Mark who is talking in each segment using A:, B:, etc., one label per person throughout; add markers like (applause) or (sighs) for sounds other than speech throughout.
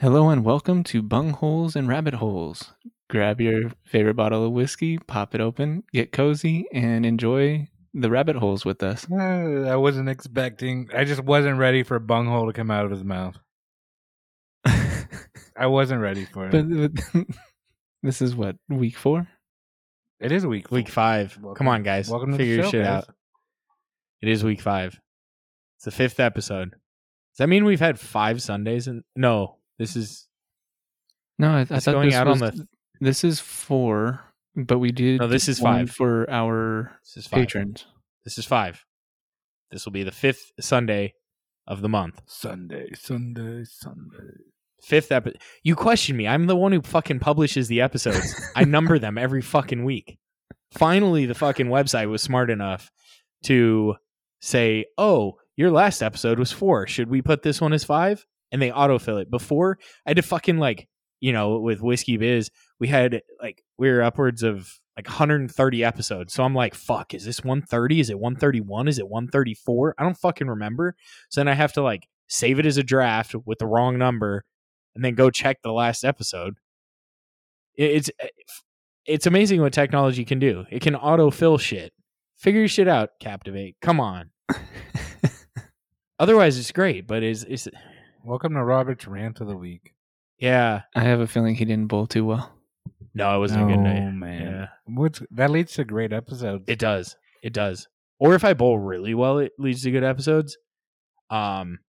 A: Hello and welcome to Bungholes and Rabbit Holes. Grab your favorite bottle of whiskey, pop it open, get cozy, and enjoy the rabbit holes with
B: (laughs)
A: us.
C: Uh, I wasn't expecting. I just wasn't ready for bunghole to come out of his mouth.
A: but,
C: I wasn't ready for it.
A: but- (laughs) this is what, week four?
C: it is week.
B: Week
C: four.
B: five.
C: Welcome-
B: Come on, guys.
C: Welcome to
B: Figure
C: the
B: your
C: show,
B: shit
C: guys.
B: out. It is week five. It's the fifth episode. Does that mean we've had five Sundays? And no, this is
A: No, I, I
B: It's
A: thought
B: going
A: this
B: out
A: was,
B: on the-
A: This is four, but we did.
B: No, this is
A: one
B: five.
A: for our
B: this is five.
A: patrons.
B: This is five. This will be the fifth Sunday of the month.
C: Sunday, Sunday, Sunday.
B: Fifth episode. You question me. I'm the one who fucking publishes the episodes. I number them every fucking week. Finally, the fucking website was smart enough to say, "Oh, your last episode was four. Should we put this one as five? And they autofill it. Before I had to fucking like, you know, with Whiskey Biz, we had like we were upwards of like 130 episodes. So I'm like, fuck, is this 130? Is it 131? Is it 134? I don't fucking remember. So then I have to like save it as a draft with the wrong number, and then go check the last episode. It- It's eh, it's amazing what technology can do. It can autofill shit. Figure your shit out, Captivate. Come on. Otherwise, it's great, but it's, it's
C: Welcome to Robert's rant of the week.
B: yeah.
A: I have a feeling he didn't bowl too well.
B: No, it wasn't a good
C: Oh,
B: night.
C: man,
B: Yeah.
C: What's, that leads to great episodes.
B: It does. It does. Or if I bowl really well, it leads to good episodes. Um,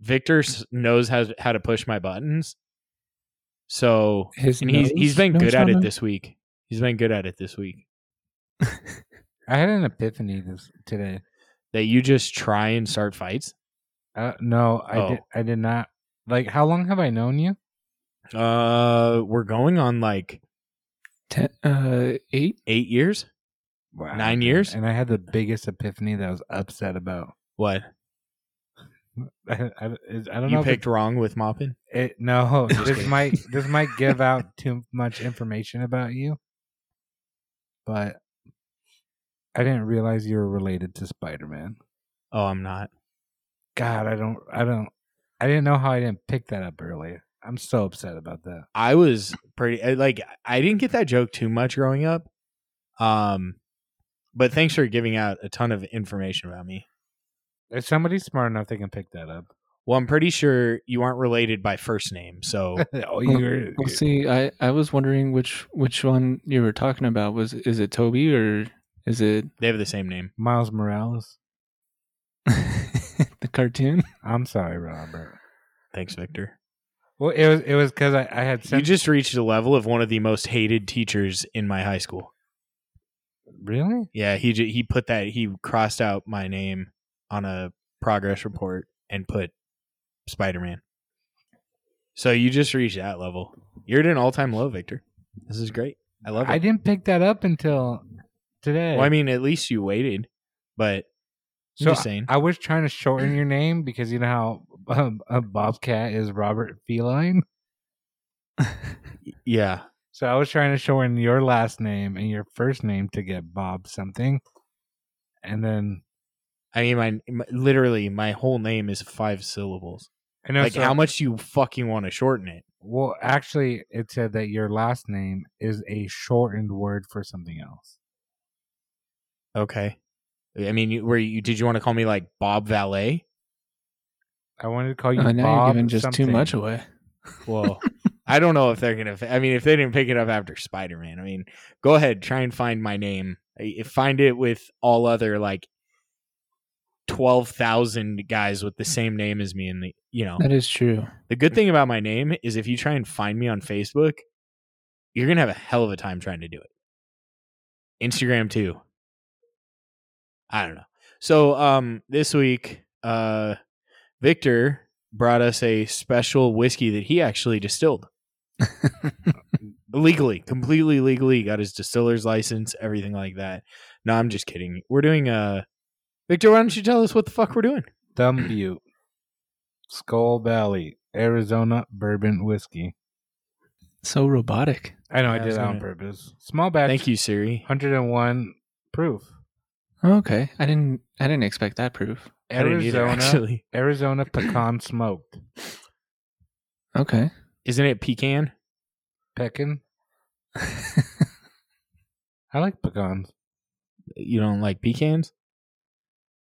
B: Victor s- knows how how to push my buttons, so
A: His
B: and he's he's been
A: nose
B: good at it
A: trauma?
B: this week. He's been good at it this week.
C: I had an epiphany this today.
B: That you just try and start fights.
C: Uh, no, I
B: Oh.
C: did. I did not. Like, how long have I known you?
B: Uh, we're going on like
A: Ten, uh, eight.
B: eight years.
C: Wow,
B: Nine
C: dude.
B: years?
C: And I had the biggest epiphany that I was upset about. (laughs)
B: What
C: I, I, I don't know. if
B: you
C: it's
B: picked wrong with mopping?
C: It,
B: (laughs)
C: no,
B: Just
C: this
B: kidding.
C: might this might give
B: (laughs)
C: out too much information about you, but I didn't realize you were related to Spider Man.
B: Oh, I'm not.
C: God, I don't, I don't, I didn't know how I didn't pick that up earlier. I'm so upset about that.
B: I was pretty I- like I didn't get that joke too much growing up. Um, but thanks for giving out a ton of information about me.
C: If somebody's smart enough, they can pick that
B: (laughs)
C: up.
B: Well, I'm pretty sure you aren't related by first
C: (laughs)
B: name, so
C: oh,
A: Well,
C: you're
A: Well, see, I, I was wondering which which one you were talking about. Was is it Toby or is it (laughs)
B: they have the same name.
C: Miles Morales.
A: the cartoon?
C: I'm sorry, Robert.
B: Thanks, Victor.
C: Well, it was it was because I, I had
B: You
C: sent.
B: just reached the level of one of the most hated teachers in my high school.
C: really?
B: Yeah, he ju- he put that he crossed out my name on a progress report and put Spider Man. So you just reached that level. You're at an all time low, Victor. This is great. I love it.
C: I didn't pick that up until today.
B: well, I mean, at least you waited, but
C: So
B: I'm just saying.
C: I was trying to shorten your name because you know how um, a bobcat is Robert Feline.
B: yeah.
C: So I was trying to shorten your last name and your first name to get Bob something, and then
B: I mean, my, my literally my whole name is five syllables.
C: I know
B: like,
C: so-
B: how much do you fucking want to shorten it?
C: Well, actually, it said that your last name is a shortened word for something else.
B: Okay. I mean, you, were you did you want to call me like Bob Valet?
C: I wanted to call you
A: Uh, now
C: Bob.
A: you're giving just
C: something.
A: too much away.
B: Well, I don't know if they're gonna. I mean, if they didn't pick it up after Spider Man, I mean, go ahead, try and find my name. I- Find it with all other like twelve thousand guys with the same name as me. And the you know,
A: That is true.
B: the good thing about my name is if you try and find me on Facebook, you're gonna have a hell of a time trying to do it. Instagram too. I don't know. So um this week, uh Victor brought us a special whiskey that he actually distilled. legally, completely legally, He got his distiller's license, everything like that. No, I'm just kidding. We're doing uh Victor, why don't you tell us what the fuck we're doing?
C: Thumb Butte, Skull Valley, Arizona Bourbon Whiskey.
A: So robotic.
C: I know I
B: Yeah, I
C: did
B: was
C: that on
B: gonna-
C: purpose. Small batch.
B: Thank you, Siri.
C: 101 proof.
A: Okay, I didn't I didn't expect that proof.
B: (laughs) I didn't either,
C: Arizona,
B: actually.
C: Arizona pecan smoked.
A: Okay,
B: Isn't it pecan?
C: Pecan. I like pecans.
B: You don't like pecans?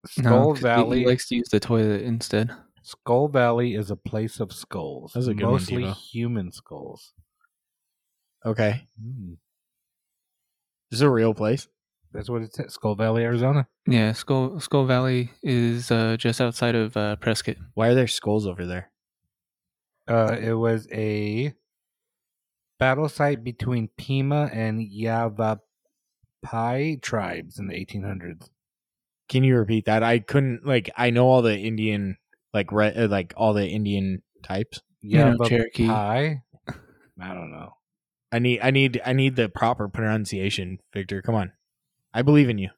C: Skull
A: 'cause he-
C: Valley.
A: He likes to use the toilet instead.
C: Skull Valley is a place of skulls,
B: That's a good one,
C: mostly
B: Devo.
C: human skulls.
B: Okay. This is a real place.
C: That's what it's at. Skull Valley, Arizona.
A: Yeah, Skull Skull Valley is uh, just outside of uh, Prescott.
B: Why are there skulls over there?
C: Uh, it was a battle site between Pima and Yavapai tribes in the 1800s.
B: Can you repeat that? I couldn't like I know all the Indian like re- uh, like all the Indian types.
A: You know,
C: Yavapai.
A: Cherokee.
C: I don't know.
B: I need I need I need the proper pronunciation, Victor. Come on. I believe in you.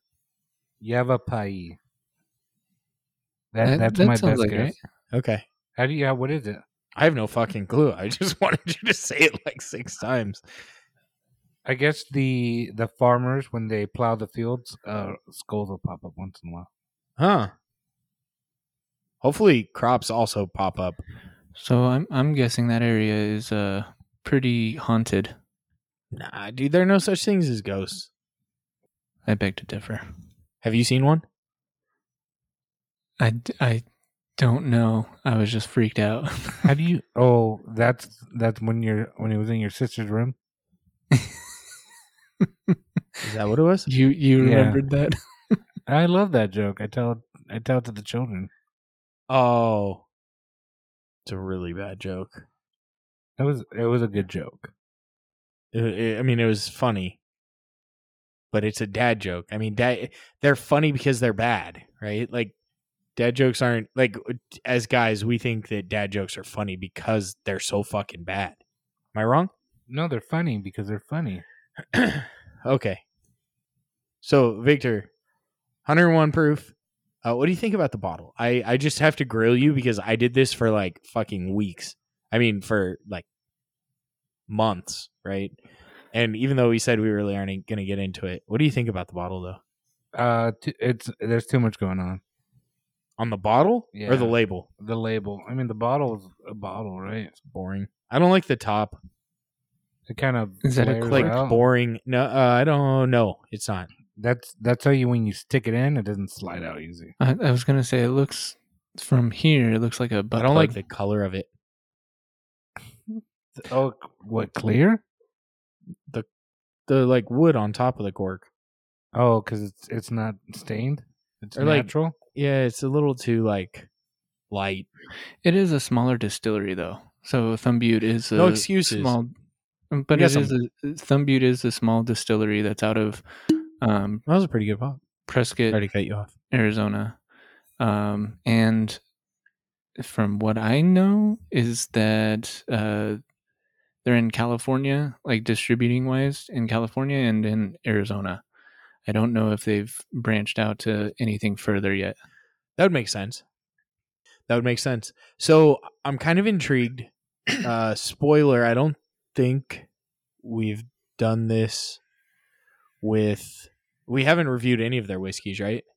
C: Yavapai. That,
A: That-
C: that's
A: that
C: my
A: sounds
C: best
A: like
C: guess.
A: right.
B: Okay.
C: How do you? How, what is it?
B: I have no fucking clue. I (laughs) just wanted you to say it like six times.
C: I guess the the farmers when they plow the fields, uh, skulls will pop up once in a while.
B: Huh. Hopefully crops also pop up.
A: So I'm I'm guessing that area is uh pretty haunted.
B: Nah, dude, there are no such things as ghosts.
A: I beg to differ.
B: Have you seen one?
A: I, d- I don't know. I was just freaked out.
C: How do you? Oh, that's that's when you're when it was in your sister's room.
B: Is that what it
A: (laughs)
B: was?
A: you you
C: Yeah.
A: remembered that?
C: I love that joke. I tell I tell it to the children.
B: Oh. It's a really bad joke.
C: That was it was a good joke.
B: It- it- I mean, it was funny, but it's a dad joke. I mean, dad, they're funny because they're bad, right? Like, dad jokes aren't like uh, as guys we think that dad jokes are funny because they're so fucking bad. Am I wrong?
C: No, they're funny because they're funny.
B: (clears throat) okay. So Victor, 101 proof. Uh, what do you think about the bottle? I I just have to grill you because I did this for like fucking weeks. I mean, for like months, right? And even though we said we really aren't going to get into it, what do you think about the bottle though?
C: Uh, t- it's there's too much going on.
B: On the bottle or the
C: Yeah.
B: label?
C: The label. I mean, the bottle is a bottle, right?
B: It's boring. I don't like the top.
C: It kind of
A: Is that a
C: flares
A: cork
B: Like
C: out.
B: boring. No, uh, I don't know. It's not.
C: That's that's how you when you stick it in, it doesn't slide out easy.
A: I, I was gonna say it looks from here. It looks like a butt.
B: I don't like
A: plug.
B: the color of it.
C: Oh, what clear?
B: The like wood on top of the cork.
C: Oh, because it's it's not stained. It's
B: Or, like-
C: natural.
B: Yeah, it's a little too like light.
A: It is a smaller distillery though. So Thumb Butte is a
B: No excuses.
A: small. But
B: We
A: it
B: got
A: is a, Thumb Butte is a small distillery that's out of um,
B: That was a pretty good pop.
A: Prescott,
B: Sorry to cut you off.
A: Arizona. Um, and from what I know is that uh, they're in California, like distributing wise in California and in Arizona. I don't know if they've branched out to anything further yet.
B: That would make sense. That would make sense. So I'm kind of intrigued. Uh, spoiler: I don't think we've done this with. We haven't reviewed any of their whiskeys, right? (clears throat)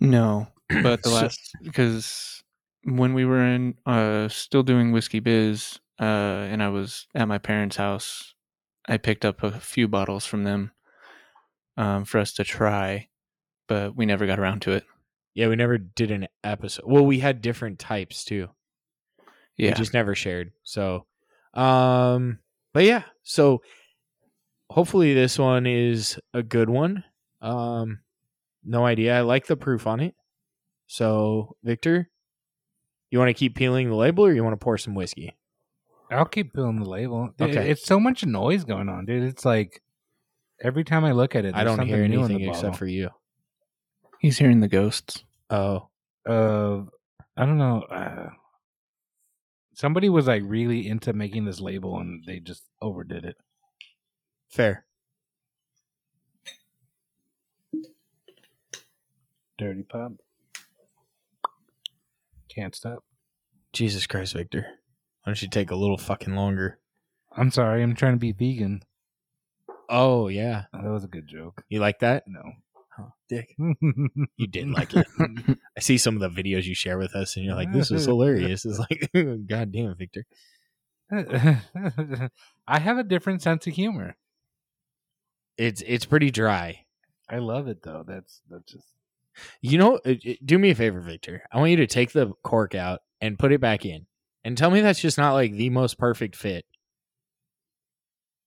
A: No, but the
B: So-
A: last because when we were in uh, still doing whiskey biz, uh, and I was at my parents' house, I picked up a few bottles from them um, for us to try, but we never got around to it.
B: Yeah, we never did an episode. Well, we had different types too.
A: Yeah,
B: We just never shared. So, um, but yeah, so hopefully this one is a good one. Um, no idea. I like the proof on it. So, Victor, you want to keep peeling the label or you want to pour some whiskey?
C: I'll keep peeling the label. Dude,
B: Okay.
C: It's so much noise going on, dude. It's like every time I look at it,
B: I
C: there's
B: don't hear
C: something new in the
B: anything except
C: bottle.
B: for you.
A: he's hearing the ghosts. (laughs)
B: Oh,
C: Uh, I don't know. Uh, somebody was like really into making this label, and they just overdid it.
B: fair.
C: Dirty pub. Can't stop.
B: Jesus Christ, Victor. Why don't you take a little fucking longer?
C: I'm sorry. I'm trying to be vegan.
B: Oh, yeah.
C: Oh, that was a good joke.
B: You like that?
C: No.
B: Oh,
C: (laughs)
B: dick.
C: I
B: You did like (laughs) it. I see (laughs) some of the videos you share with us, and you're like, "This was hilarious." It's like, "God damn, Victor."
C: (laughs) I have a different sense of humor.
B: It's it's pretty dry.
C: I love it though. That's that's just
B: You know, it- it- do me a favor, Victor. I want you to take the cork out and put it back in, and tell me that's just not like the most perfect fit.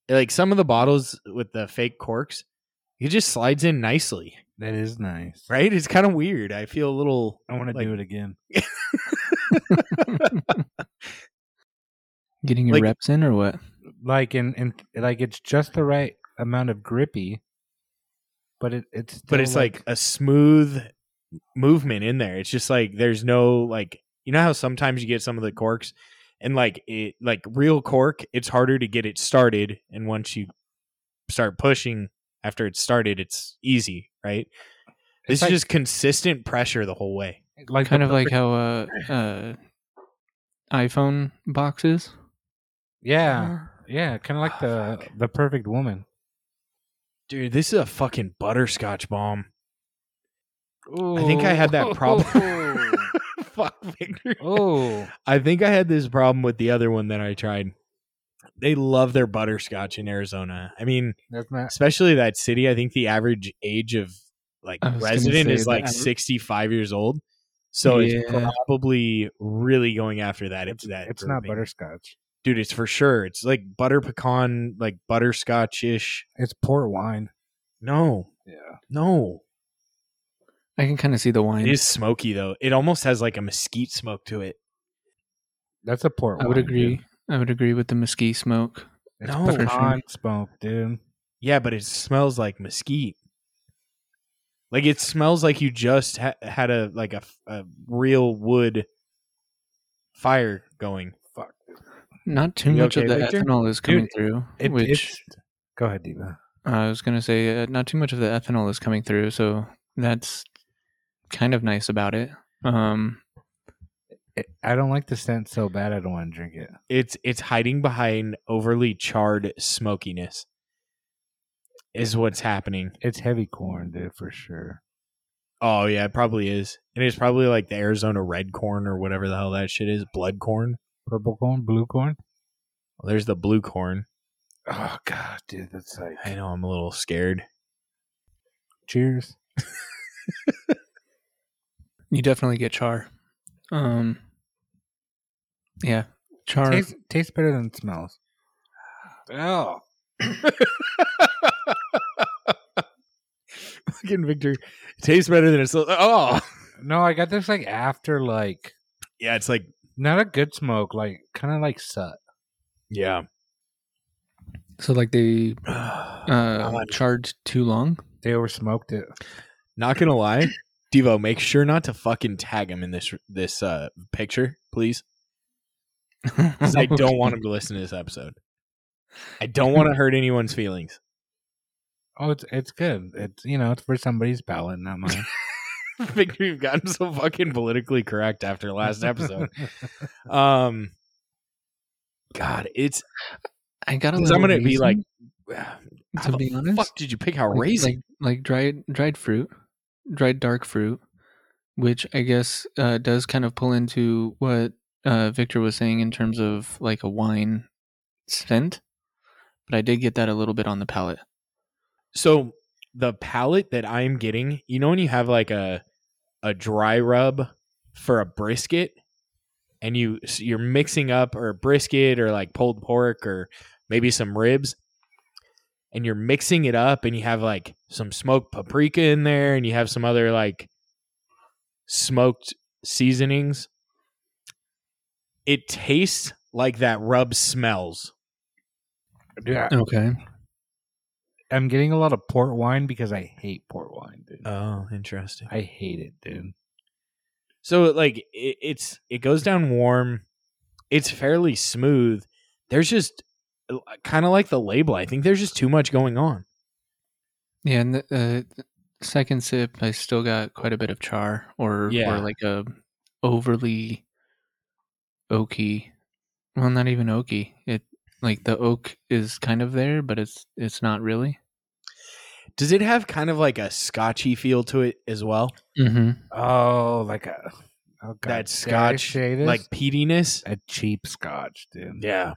B: Like some of the bottles with the fake corks, it just slides in nicely,
C: that is nice.
B: right? It's kind of weird. I feel a little.
C: I want to
B: Like-
C: do it again.
A: Getting your
B: Like-
A: reps in or what?
C: Like in, in like it's just the right amount of grippy, but it it's
B: but
C: still
B: it's like, a smooth movement in there. It's just like there's no like you know how sometimes you get some of the corks and like it like real cork, it's harder to get it started and once you start pushing after it's started, it's easy, right? This
C: It's like-
B: is just consistent pressure the whole way.
C: like
A: Kind
C: the
A: of like
C: perfect-
A: how uh, uh, iPhone boxes.
C: yeah yeah kind of like
B: Oh,
C: the the perfect woman.
B: Dude, this is a fucking butterscotch bomb. I think I had
A: (laughs)
B: that problem. (laughs) Fuck Victor.
C: oh,
B: I think I had this problem with the other one that I tried. They love their butterscotch in Arizona. I mean,
C: (laughs) that's not
B: (laughs) especially that city. I think the average age of like
A: I was gonna
B: resident
A: say
B: is like
A: that.
B: 65 years old. So it's
A: Yeah.
B: probably really going after that. It's that.
C: it's not
B: grouping.
C: butterscotch.
B: dude. It's for sure. It's like butter pecan, like butterscotch ish.
C: It's port wine.
B: No,
C: Yeah,
B: no,
A: (laughs) I can kind of see the
B: it
A: wine.
B: is smoky though. It almost has like a mesquite smoke to it.
C: that's a port.
A: I would
C: wine,
A: agree.
C: dude.
A: I would agree with the mesquite smoke.
C: It's
B: No.
C: pecan smoke, dude.
B: Yeah, but it smells like mesquite. Like it smells like you just ha- had a like a, f- a real wood fire going.
C: Fuck.
A: Not too
B: You
A: much
B: okay,
A: of the
B: Victor?
A: ethanol is coming through,
C: It,
A: which
C: it's, go ahead, Diva.
A: I was going to say, uh, not too much of the ethanol is coming through. So that's kind of nice about it. Um,
C: It, I don't like the scent so bad. I don't want to drink it.
B: it's it's hiding behind overly charred smokiness is what's happening
C: It's heavy corn, dude, for sure.
B: oh yeah it probably is and it's probably like the arizona red corn or whatever the hell that shit is blood corn
C: Purple corn, blue corn.
B: well, there's the blue corn
C: Oh god, dude, that's like.
B: i know i'm a little scared (laughs)
C: Cheers.
A: you definitely get char. Um, yeah. Char.
C: Tastes, tastes better than it smells. Oh,
B: fucking victor it tastes better than it's oh
C: no, I got this like after like
B: yeah it's like
C: not a good smoke, like kind of like sut.
B: yeah
A: So like they uh,
B: God.
A: charred too long.
C: They oversmoked it.
B: not gonna lie devo make sure not to fucking tag him in this this uh picture please 'Cause
A: (laughs)
B: I don't want him to listen to this episode. I don't want to hurt anyone's feelings.
C: Oh, it's it's good. It's you know it's for somebody's palate, not mine. (laughs)
B: (laughs) Victor, you've gotten so fucking politically correct after last
A: (laughs)
B: episode. Um, God, it's (sighs)
A: I got a
B: because I'm
A: little
B: gonna be
A: reason,
B: like,
A: to
B: how
A: be
B: the
A: honest,
B: fuck did you pick how
A: like,
B: raisin?
A: like like dried dried fruit, dried dark fruit, which I guess uh, does kind of pull into what uh, Victor was saying in terms of like a wine scent. But I did get that a little bit on the palate.
B: So the palette that I'm getting, you know, when you have like a a dry rub for a brisket, and you so you're mixing up or a brisket or like pulled pork or maybe some ribs, and you're mixing it up, and you have like some smoked paprika in there, and you have some other like smoked seasonings. It tastes like that rub smells.
C: (laughs) dude, I,
A: Okay.
C: I'm getting a lot of port wine because I hate port wine, dude.
B: Oh, interesting.
C: I hate it, dude.
B: So like it, it's it goes down warm. It's fairly smooth. There's just kind of like the label. I think there's just too much going on.
A: Yeah, and the uh, second sip, I still got quite a bit of char, or
B: Yeah.
A: or like a overly oaky. Well, not even oaky. It like the oak is kind of there, but it's it's not really.
B: Does it have kind of like a scotchy feel to it as well?
A: Mm-hmm.
C: Oh, like a oh god,
B: that
C: dare I
B: scotch
C: say this?
B: like peatiness?
C: a cheap scotch, dude.
B: Yeah.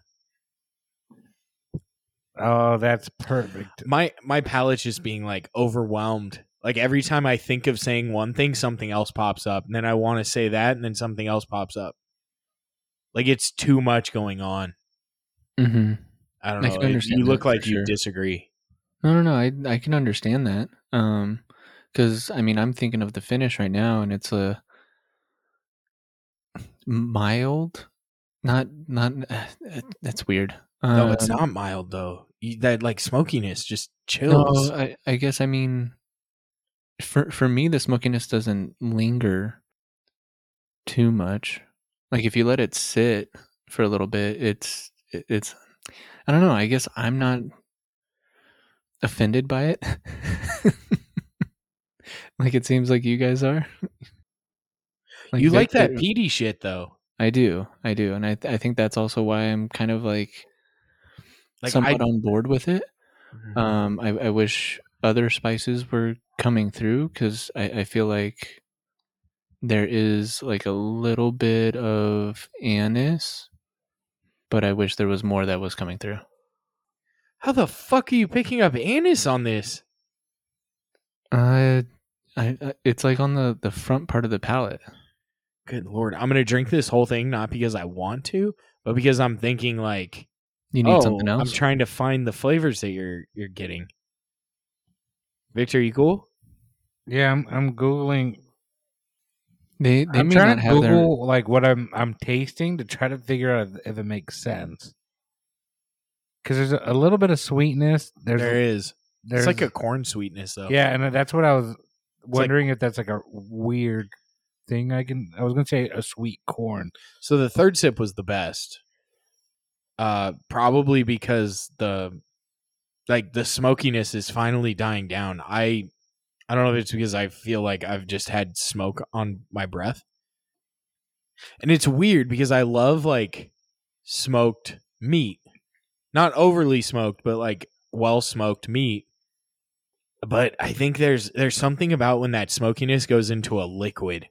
C: Oh, that's perfect.
B: my my palate just being like overwhelmed. Like every time I think of saying one thing, something else pops up, and then I want to say that, and then something else pops up. Like it's too much going on.
A: Mm-hmm.
B: I don't
A: I
B: know.
A: can
B: It-
A: understand
B: you look
A: that
B: like
A: for
B: you
A: sure.
B: disagree.
A: No, no, no. I I can understand that. Um, because I mean, I'm thinking of the finish right now, and it's a mild, not not. (sighs) that's weird.
B: no,
A: Uh,
B: it's not mild though. You, that like smokiness just chills.
A: No, I I guess I mean, for for me, the smokiness doesn't linger too much. Like if you let it sit for a little bit, it's it- it's. I don't know. I guess I'm not offended by it. (laughs) like it seems like you guys are.
B: you
A: guys
B: like that
A: do.
B: peaty shit though.
A: I do. I do. And I I think that's also why I'm kind of like,
B: Like I, Mm-hmm.
A: somewhat on board with it. Um, I, I wish other spices were coming through because I, I feel like there is like a little bit of anise, but I wish there was more that was coming through.
B: how the fuck are you picking up anise on this?
A: Uh, I, I it's like on the the front part of the palate.
B: Good lord, I'm gonna drink this whole thing not because I want to, but because I'm thinking like
A: You need
B: oh,
A: something else.
B: I'm trying to find the flavors that you're you're getting. Victor, you cool?
C: Yeah, I'm I'm googling.
A: they they
C: I'm
A: may
C: trying
A: not
C: to
A: have
C: Google
A: their.
C: like what I'm I'm tasting to try to figure out if it makes sense. Because there's a, a little bit of sweetness. There's
B: there is.
C: there's
B: it's like a corn sweetness though.
C: yeah, and that's what I was
B: like-
C: wondering if that's like a weird thing. I can I was gonna say a sweet corn.
B: So the third sip was the best. Uh probably because the like the smokiness is finally dying down. I I don't know if it's because I feel like I've just had smoke on my breath. And it's weird because I love like smoked meat. Not overly smoked, but like well smoked meat. But I think there's there's something about when that smokiness goes into a liquid.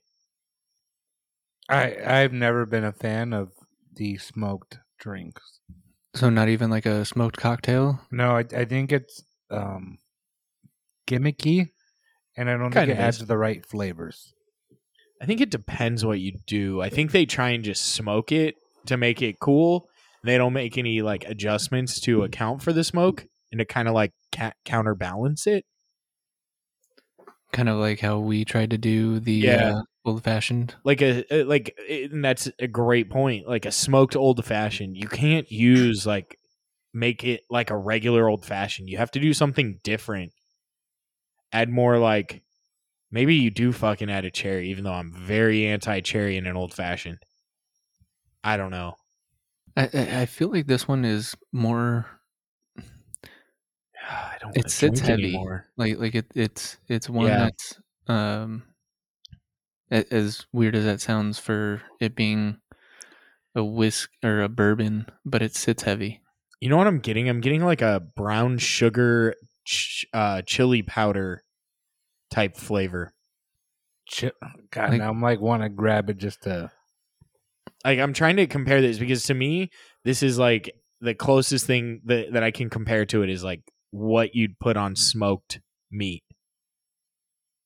C: I I've never been a fan of the smoked drinks.
A: So not even like a smoked cocktail.
C: No, I I think it's um gimmicky, and I don't
B: Kind
C: think
B: of
C: it adds
B: is.
C: the right flavors.
B: I think it depends what you do. I think they try and just smoke it to make it cool. They don't make any like adjustments to account for the smoke and to kind of like ca- counterbalance it.
A: Kind of like how we tried to do the
B: Yeah.
A: uh, old fashioned.
B: Like a a- uh, like, and that's a great point. Like a smoked old fashioned, you can't use like make it like a regular old fashioned. You have to do something different. Add more like maybe you do fucking add a cherry, even though I'm very anti cherry in an old fashioned. I don't know.
A: I, I I feel like this one is more
B: I don't.
A: It
B: wanna
A: sits
B: drink
A: heavy.
B: Anymore.
A: like like it it's it's one
B: Yeah.
A: that's um a- as weird as that sounds for it being a whisk or a bourbon but it sits heavy
B: You know what I'm getting? I'm getting like a brown sugar ch- uh, chili powder type flavor.
C: Chip, God,
A: Like-
C: now I'm like want to grab it just to.
B: Like I'm trying to compare this because to me, this is like the closest thing that that I can compare to it is like what you'd put on smoked meat.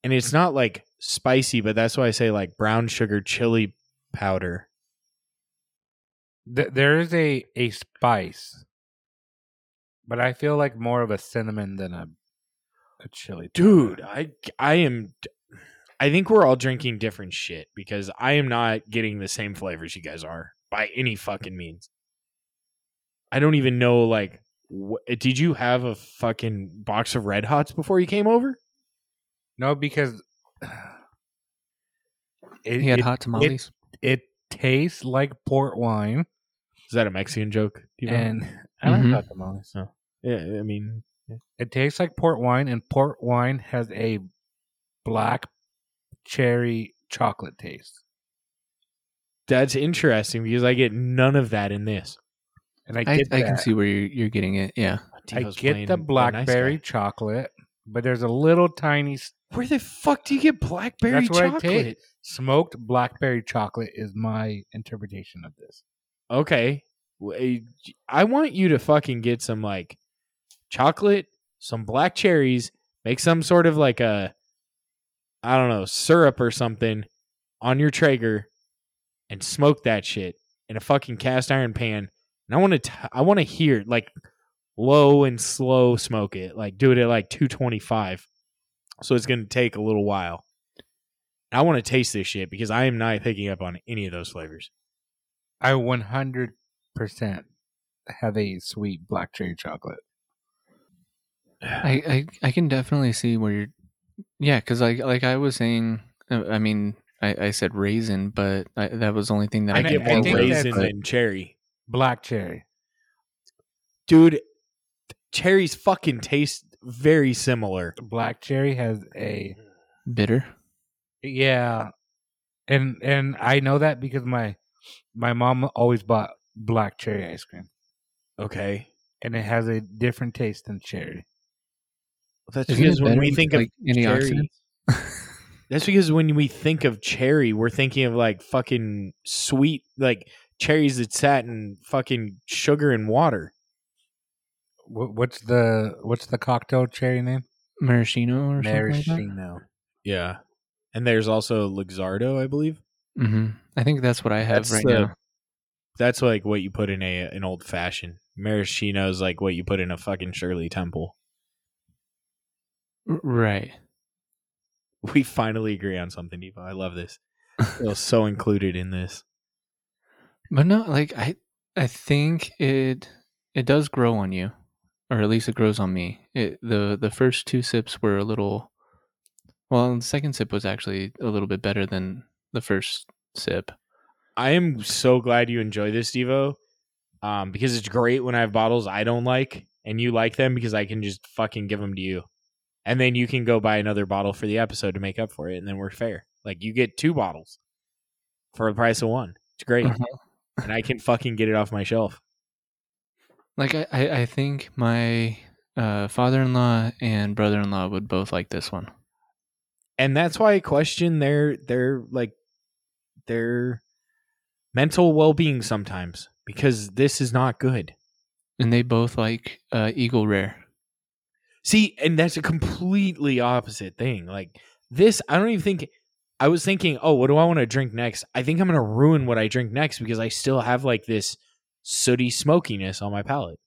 B: And it's not like spicy, but that's why I say like brown sugar chili powder.
C: Th- there is a a spice, but I feel like more of a cinnamon than a a chili.
B: dude
C: powder.
B: i i am i think we're all drinking different shit because i am not getting the same flavors you guys are by any fucking means i don't even know like wh- eh, did you have a fucking box of red hots before you came over
C: no, because (sighs) it
A: he had
C: it,
A: hot tamales
C: it tastes like port wine,
B: is that a mexican joke Do you know?
C: and mm-hmm. I
B: Mm-hmm.
C: don't
A: Mhm.
C: know tamales.
B: yeah i mean
C: It tastes like port wine, and port wine has a black cherry chocolate taste,
B: that's interesting because i get none of that in this
C: and I
A: I,
C: get
A: I,
C: that.
A: can see where you're, you're getting it yeah
C: I
B: Tito's
C: get
B: playing
C: the
B: nice
C: blackberry
B: guy.
C: chocolate, but there's a little tiny s-
B: where the fuck do you get blackberry
C: That's what I
B: chocolate
C: take. smoked blackberry chocolate is my interpretation of this.
B: eh, okay W- I want you to fucking get some like chocolate, some black cherries, make some sort of like a, I don't know, syrup or something on your Traeger, and smoke that shit in a fucking cast iron pan. And I want to, I want to hear like low and slow smoke it, like do it at like 225. So it's going to take a little while. I want to taste this shit because I am not picking up on any of those flavors.
C: I 100% have a sweet black cherry chocolate.
B: (sighs)
A: I, I I can definitely see where you're. Yeah, because like like I was saying, uh, I mean, I, I said raisin, but I, that was the only thing that I,
B: I
C: know,
A: could
B: get
C: I
B: more
A: think
C: think
A: of.
B: raisin
C: that's a-
B: than cherry.
C: Black cherry.
B: Dude, cherries fucking taste very similar.
C: Black cherry has a
A: bitter.
C: yeah, Uh, and and I know that because my my mom always bought black cherry ice cream,
B: Okay.
C: and it has a different taste than cherry.
B: That's
A: Isn't it
B: because when
A: better
B: we
A: with,
B: think
A: like,
B: of cherry,
A: antioxidants?
B: that's because when we think of cherry, we're thinking of like fucking sweet, like cherries that sat in fucking sugar and water.
C: What, what's the what's the cocktail cherry name?
A: (laughs) maraschino or something. Like
C: Maraschino.
B: Yeah. And there's also Luxardo, I believe.
A: that? hmm I think that's what I have
B: That's
A: right
B: the-
A: now.
B: That's like what you put in a an old fashioned. Maraschino is like what you put in a fucking Shirley Temple.
A: R- Right.
B: (laughs) We finally agree on something, Devo. I love this. Feel so included in this.
A: But no, like I, I think it it does grow on you, or at least it grows on me. It the the first two sips were a little, well, the second sip was actually a little bit better than the first sip.
B: I am so glad you enjoy this, Devo, um, because it's great when I have bottles I don't like and you like them because I can just fucking give them to you, and then you can go buy another bottle for the episode to make up for it, and then we're fair. Like you get two bottles for the price of one. It's
A: (laughs)
B: great,
A: Mm-hmm.
B: and I can fucking get it off my shelf.
A: Like I, I, I think my uh, father-in-law and brother-in-law would both like this one.
B: and that's why I question their their like their mental well being sometimes because this is not good.
A: and they both like uh, Eagle Rare.
B: See, and that's a completely opposite thing. Like this, I don't even think I was thinking, oh, what do I want to drink next? I think I'm gonna ruin what I drink next because I still have like this sooty smokiness on my palate.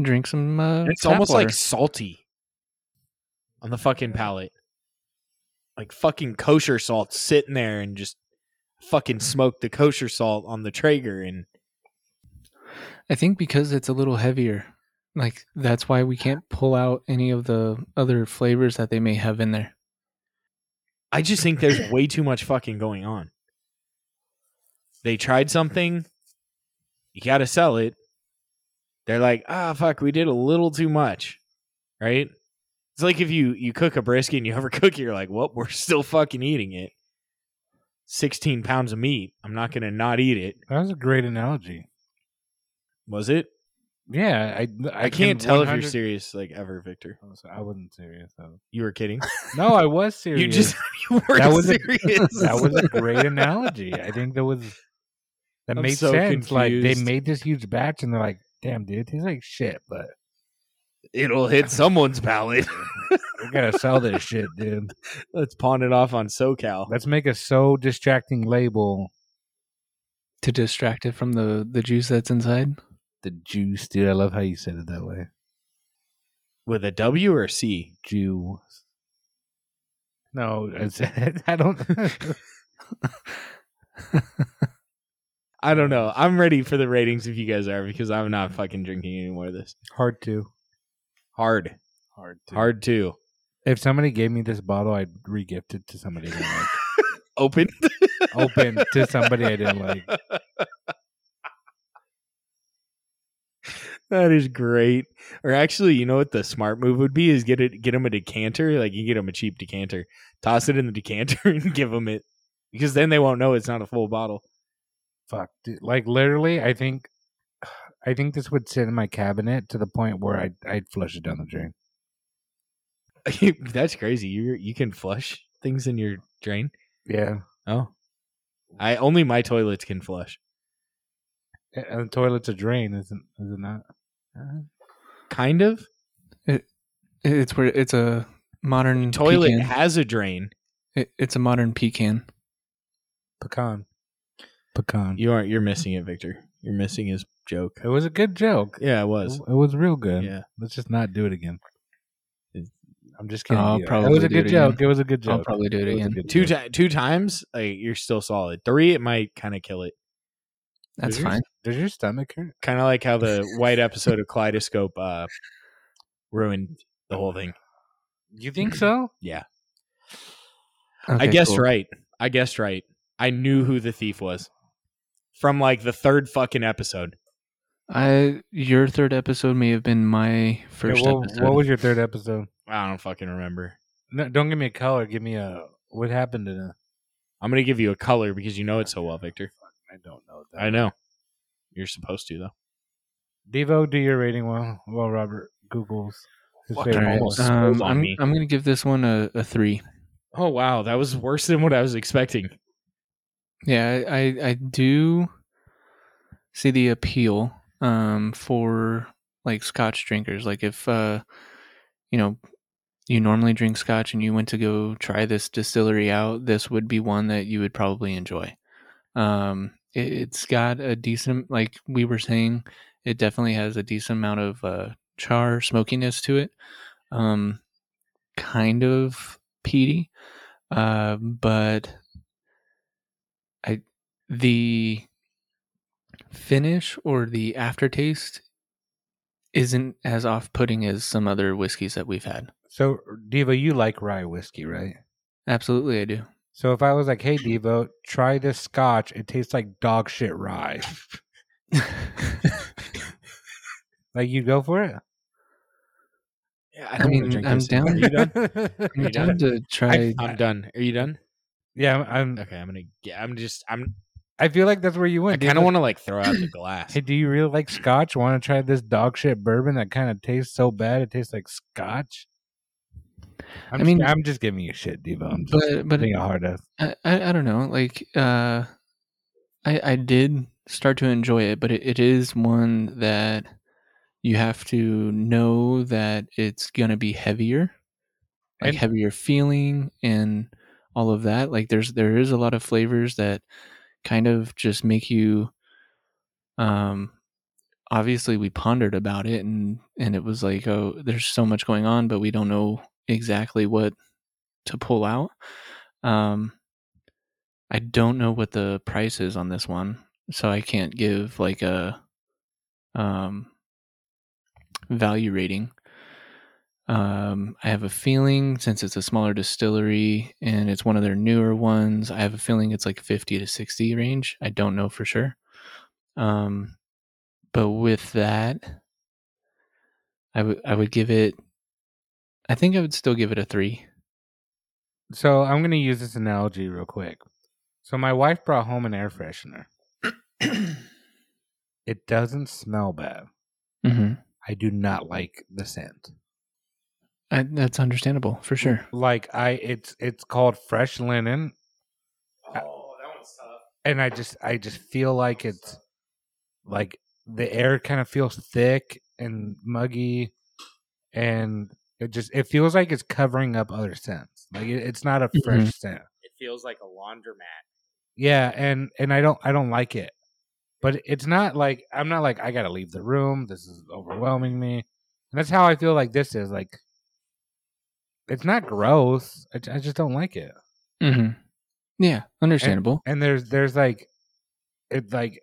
A: Drink some. Uh,
B: And it's
A: tap
B: almost
A: water.
B: like salty on the fucking palate. Like fucking kosher salt sitting there and just fucking smoke the kosher salt on the Traeger and
A: I think because it's a little heavier. Like that's why we can't pull out any of the other flavors that they may have in there.
B: I just think there's way too much fucking going on. They tried something, you gotta sell it. They're like, ah fuck, we did a little too much. Right? It's like if you you cook a brisket and you (laughs) overcook it, you're like, well, we're still fucking eating it. 16 pounds of meat. I'm not gonna not eat it.
C: That was a great analogy.
B: Was it?
C: Yeah, I I,
B: I, can't tell if you're
C: serious.
B: serious, like ever, Victor.
C: Oh, I wasn't serious. though.
B: You were (laughs) kidding.
C: No, I was serious.
B: you just (laughs) you were
C: That was a-
B: serious. (laughs)
C: that was a great analogy. I think that was that
B: I'm
C: made
B: so
C: sense. Like they
B: confused.
C: made this huge batch, and they're like, "Damn, dude, it tastes like shit, but
B: It'll hit someone's palate.
C: we gotta sell this shit, dude.
B: (laughs) Let's pawn it off on SoCal.
C: Let's make a so distracting label.
A: To distract it from the the juice that's inside.
C: The juice, dude. I love how you said it that way.
B: With a W or a C?
C: Jew. No, I (laughs) said I don't.
B: I don't know. I'm ready for the ratings if you guys are because I'm not fucking drinking any more of this.
C: Hard to.
B: Hard.
C: Hard to.
B: Hard too.
C: If somebody gave me this bottle, I'd regift it to somebody I didn't like.
B: Open. (laughs)
C: Open to somebody I didn't like. (laughs)
B: That is great. Or actually, you know what the smart move would be is get it get him a decanter, like you get him a cheap decanter. Toss it in the decanter (laughs) and give him it because then they won't know it's not a full bottle. (laughs)
C: fuck dude. like literally i think i think this would sit in my cabinet to the point where i'd, I'd flush it down the drain
B: That's crazy. You you can flush things in your drain?
C: yeah
B: Oh. I only my toilets can flush.
C: Uh, and the toilet's a drain isn't is it not
B: kind of.
A: It's where it's a modern
B: Toilet
A: Pecan.
B: has a drain.
A: It- it's a modern pecan.
C: Pecan. Pecan.
B: You aren't. You're missing it, Victor. You're missing his joke.
C: It was a good joke.
B: Yeah, it
C: It
B: was.
C: it was real good.
B: Yeah.
C: Let's just not do it again.
B: It-
C: I'm just kidding.
A: I'll
C: you.
A: probably
C: it was a
A: do
C: good
A: it again.
C: joke. It was a good joke.
A: I'll probably do it
C: It was a
A: again.
C: good
B: Two
C: joke.
B: ti- two times, like, you're still solid. Three, it might kind of kill it.
A: That's
C: Yours?
A: fine.
C: Does your stomach hurt?
B: Kind of like how (laughs) the white episode of Kaleidoscope uh, ruined the whole thing.
C: You think so?
B: I
A: Okay,
B: guessed
A: cool.
B: right. I guessed right. I knew who the thief was from like the third fucking episode.
A: I your third episode may have been my first
C: Yeah, what,
A: episode.
C: what was your third episode?
B: I don't fucking remember.
C: No, don't give me a color. Give me a what happened to the.
B: I'm gonna give you a color because you know it so well, Victor.
C: I don't know. That.
B: I know. You're supposed to though.
C: Devo, do your rating while while Robert Googles his
B: Fucking
A: All
C: favorite.
A: right.
B: almost
C: one.
A: Um,
B: stole on
A: I'm
B: me.
A: I'm gonna give this one a, a three.
B: Oh wow, that was worse than what I was expecting.
A: Yeah, I, I I do see the appeal um for like scotch drinkers. Like if uh you know you normally drink scotch and you went to go try this distillery out, this would be one that you would probably enjoy. Um it, it's got a decent like we were saying, it definitely has a decent amount of uh char smokiness to it. Um kind of peaty. Uh but the finish or the aftertaste isn't as off-putting as some other whiskeys that we've had.
C: So Devo, you like rye whiskey, right?
A: Absolutely, I do.
C: So if I was like, "Hey Devo, try this Scotch. It tastes like dog shit (laughs) rye." like you go for it.
B: Yeah,
A: I mean, I'm down.
B: Are you done?
A: (laughs) I'm
B: You done?
A: down to try.
B: I'm done. Are you done?
C: (laughs) yeah, I'm, I'm.
B: Okay, I'm gonna. Get, I'm just. I'm.
C: I feel like that's where you
B: I
C: went.
B: kind of
C: Devo.
B: want to like throw out
A: (clears throat)
B: the glass.
C: Hey, do you really like scotch? Want to try this dog shit bourbon that kind of tastes so bad it tastes like scotch? I'm
A: I mean-
C: just, I'm just giving you shit, Devo. I'm just
A: But but
C: being a hard ass.
A: I, I I don't know. Like uh, I I did start to enjoy it, but it, it is one that you have to know that it's gonna be heavier, like
C: And-
A: heavier feeling and all of that. Like there's there is a lot of flavors that kind of just make you. Um, obviously we pondered about it, and and it was like, oh, there's so much going on, but we don't know exactly what to pull out. Um, I don't know what the price is on this one, so I can't give like a um value rating. Um, I have a feeling since it's a smaller distillery and it's one of their newer ones, I have a feeling it's like 50 to 60 range. I don't know for sure. Um, but with that, I would I would give it. I think I would still give it a three.
C: So I'm gonna use this analogy real quick. So my wife brought home an
A: (clears throat)
C: air freshener. it doesn't smell bad.
A: Mm-hmm.
C: I do not like the scent.
A: I, that's understandable for sure.
C: Like I, it's it's called fresh linen, Uh,
B: oh, that one's tough.
C: and I just I just feel like it's like the air kind of feels thick and muggy, and it just it feels like it's covering up other scents. Like it, it's not a fresh scent.
B: It feels like a laundromat.
C: Yeah, and and I don't I don't like it, but it's not like I'm not like I gotta leave the room. This is overwhelming me. And that's how I feel like this is like. It's not gross. I, j- I just don't like it.
A: hmm Yeah, understandable.
C: and there's there's like it's like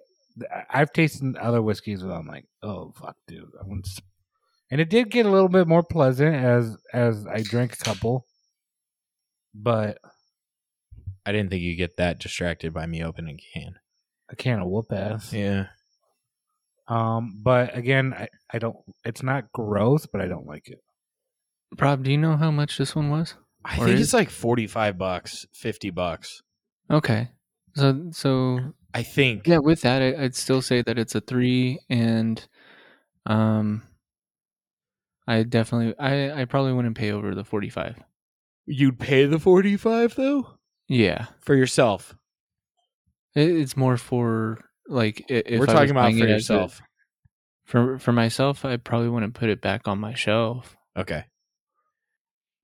C: I- i've tasted other whiskeys where i'm like oh fuck dude I want s- and it did get a little bit more pleasant as as i drank a couple but
B: I didn't think you get that distracted by me opening a can.
C: a can of whoop ass
B: Yeah.
C: um but again I, I don't it's not gross but i don't like it
A: Rob, do you know how much this one was?
B: I
A: Or
B: think
A: is-
B: it's like 45 bucks, 50 bucks.
A: Okay, so so
B: I think.
A: yeah, with that, I, I'd still say that it's a three, and um, I definitely, I I probably wouldn't pay over the forty-five.
B: You'd pay the 45 though?
A: Yeah,
B: For yourself.
A: it, it's more for like i- if
B: We're
A: I was
B: talking about
A: buying
B: for
A: it as a-
B: yourself.
A: For for myself, I probably wouldn't put it back on my shelf.
B: Okay.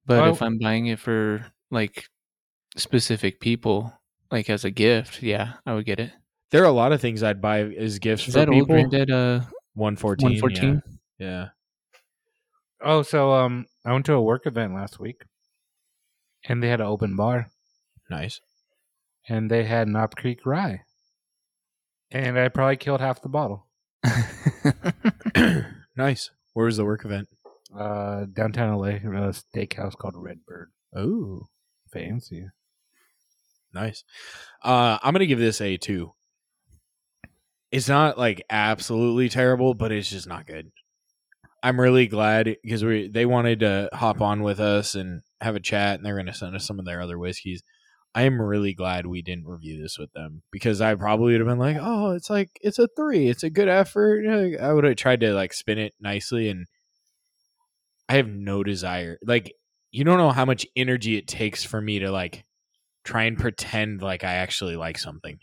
A: But
C: Well-
A: if I'm buying it for like specific people, like as a gift, yeah, I would get it.
B: There are a lot of things I'd buy as gifts
A: Is
B: for
A: that old
B: people.
A: Granddad uh
B: 114.
A: one fourteen?
B: Yeah. yeah.
C: Oh, so um, I went to a work event last week, and they had an open bar,
B: Nice. (clears throat)
C: and they had Knob Creek Rye, and I probably killed half the bottle.
A: (laughs)
B: nice. Where was the work event?
C: Uh, downtown LA, at a uh, steakhouse called Redbird.
B: Oh,
C: Fancy.
B: nice. Uh, I'm gonna give this a two. It's not like absolutely terrible, but it's just not good. I'm really glad because we they wanted to hop on with us and have a chat, and they're gonna send us some of their other whiskeys. I am really glad we didn't review this with them because I probably would have been like, "Oh, it's like it's a three, it's a good effort." Like, I would have tried to like spin it nicely, and I have no desire. Like, you don't know how much energy it takes for me to like try and pretend like I actually like something.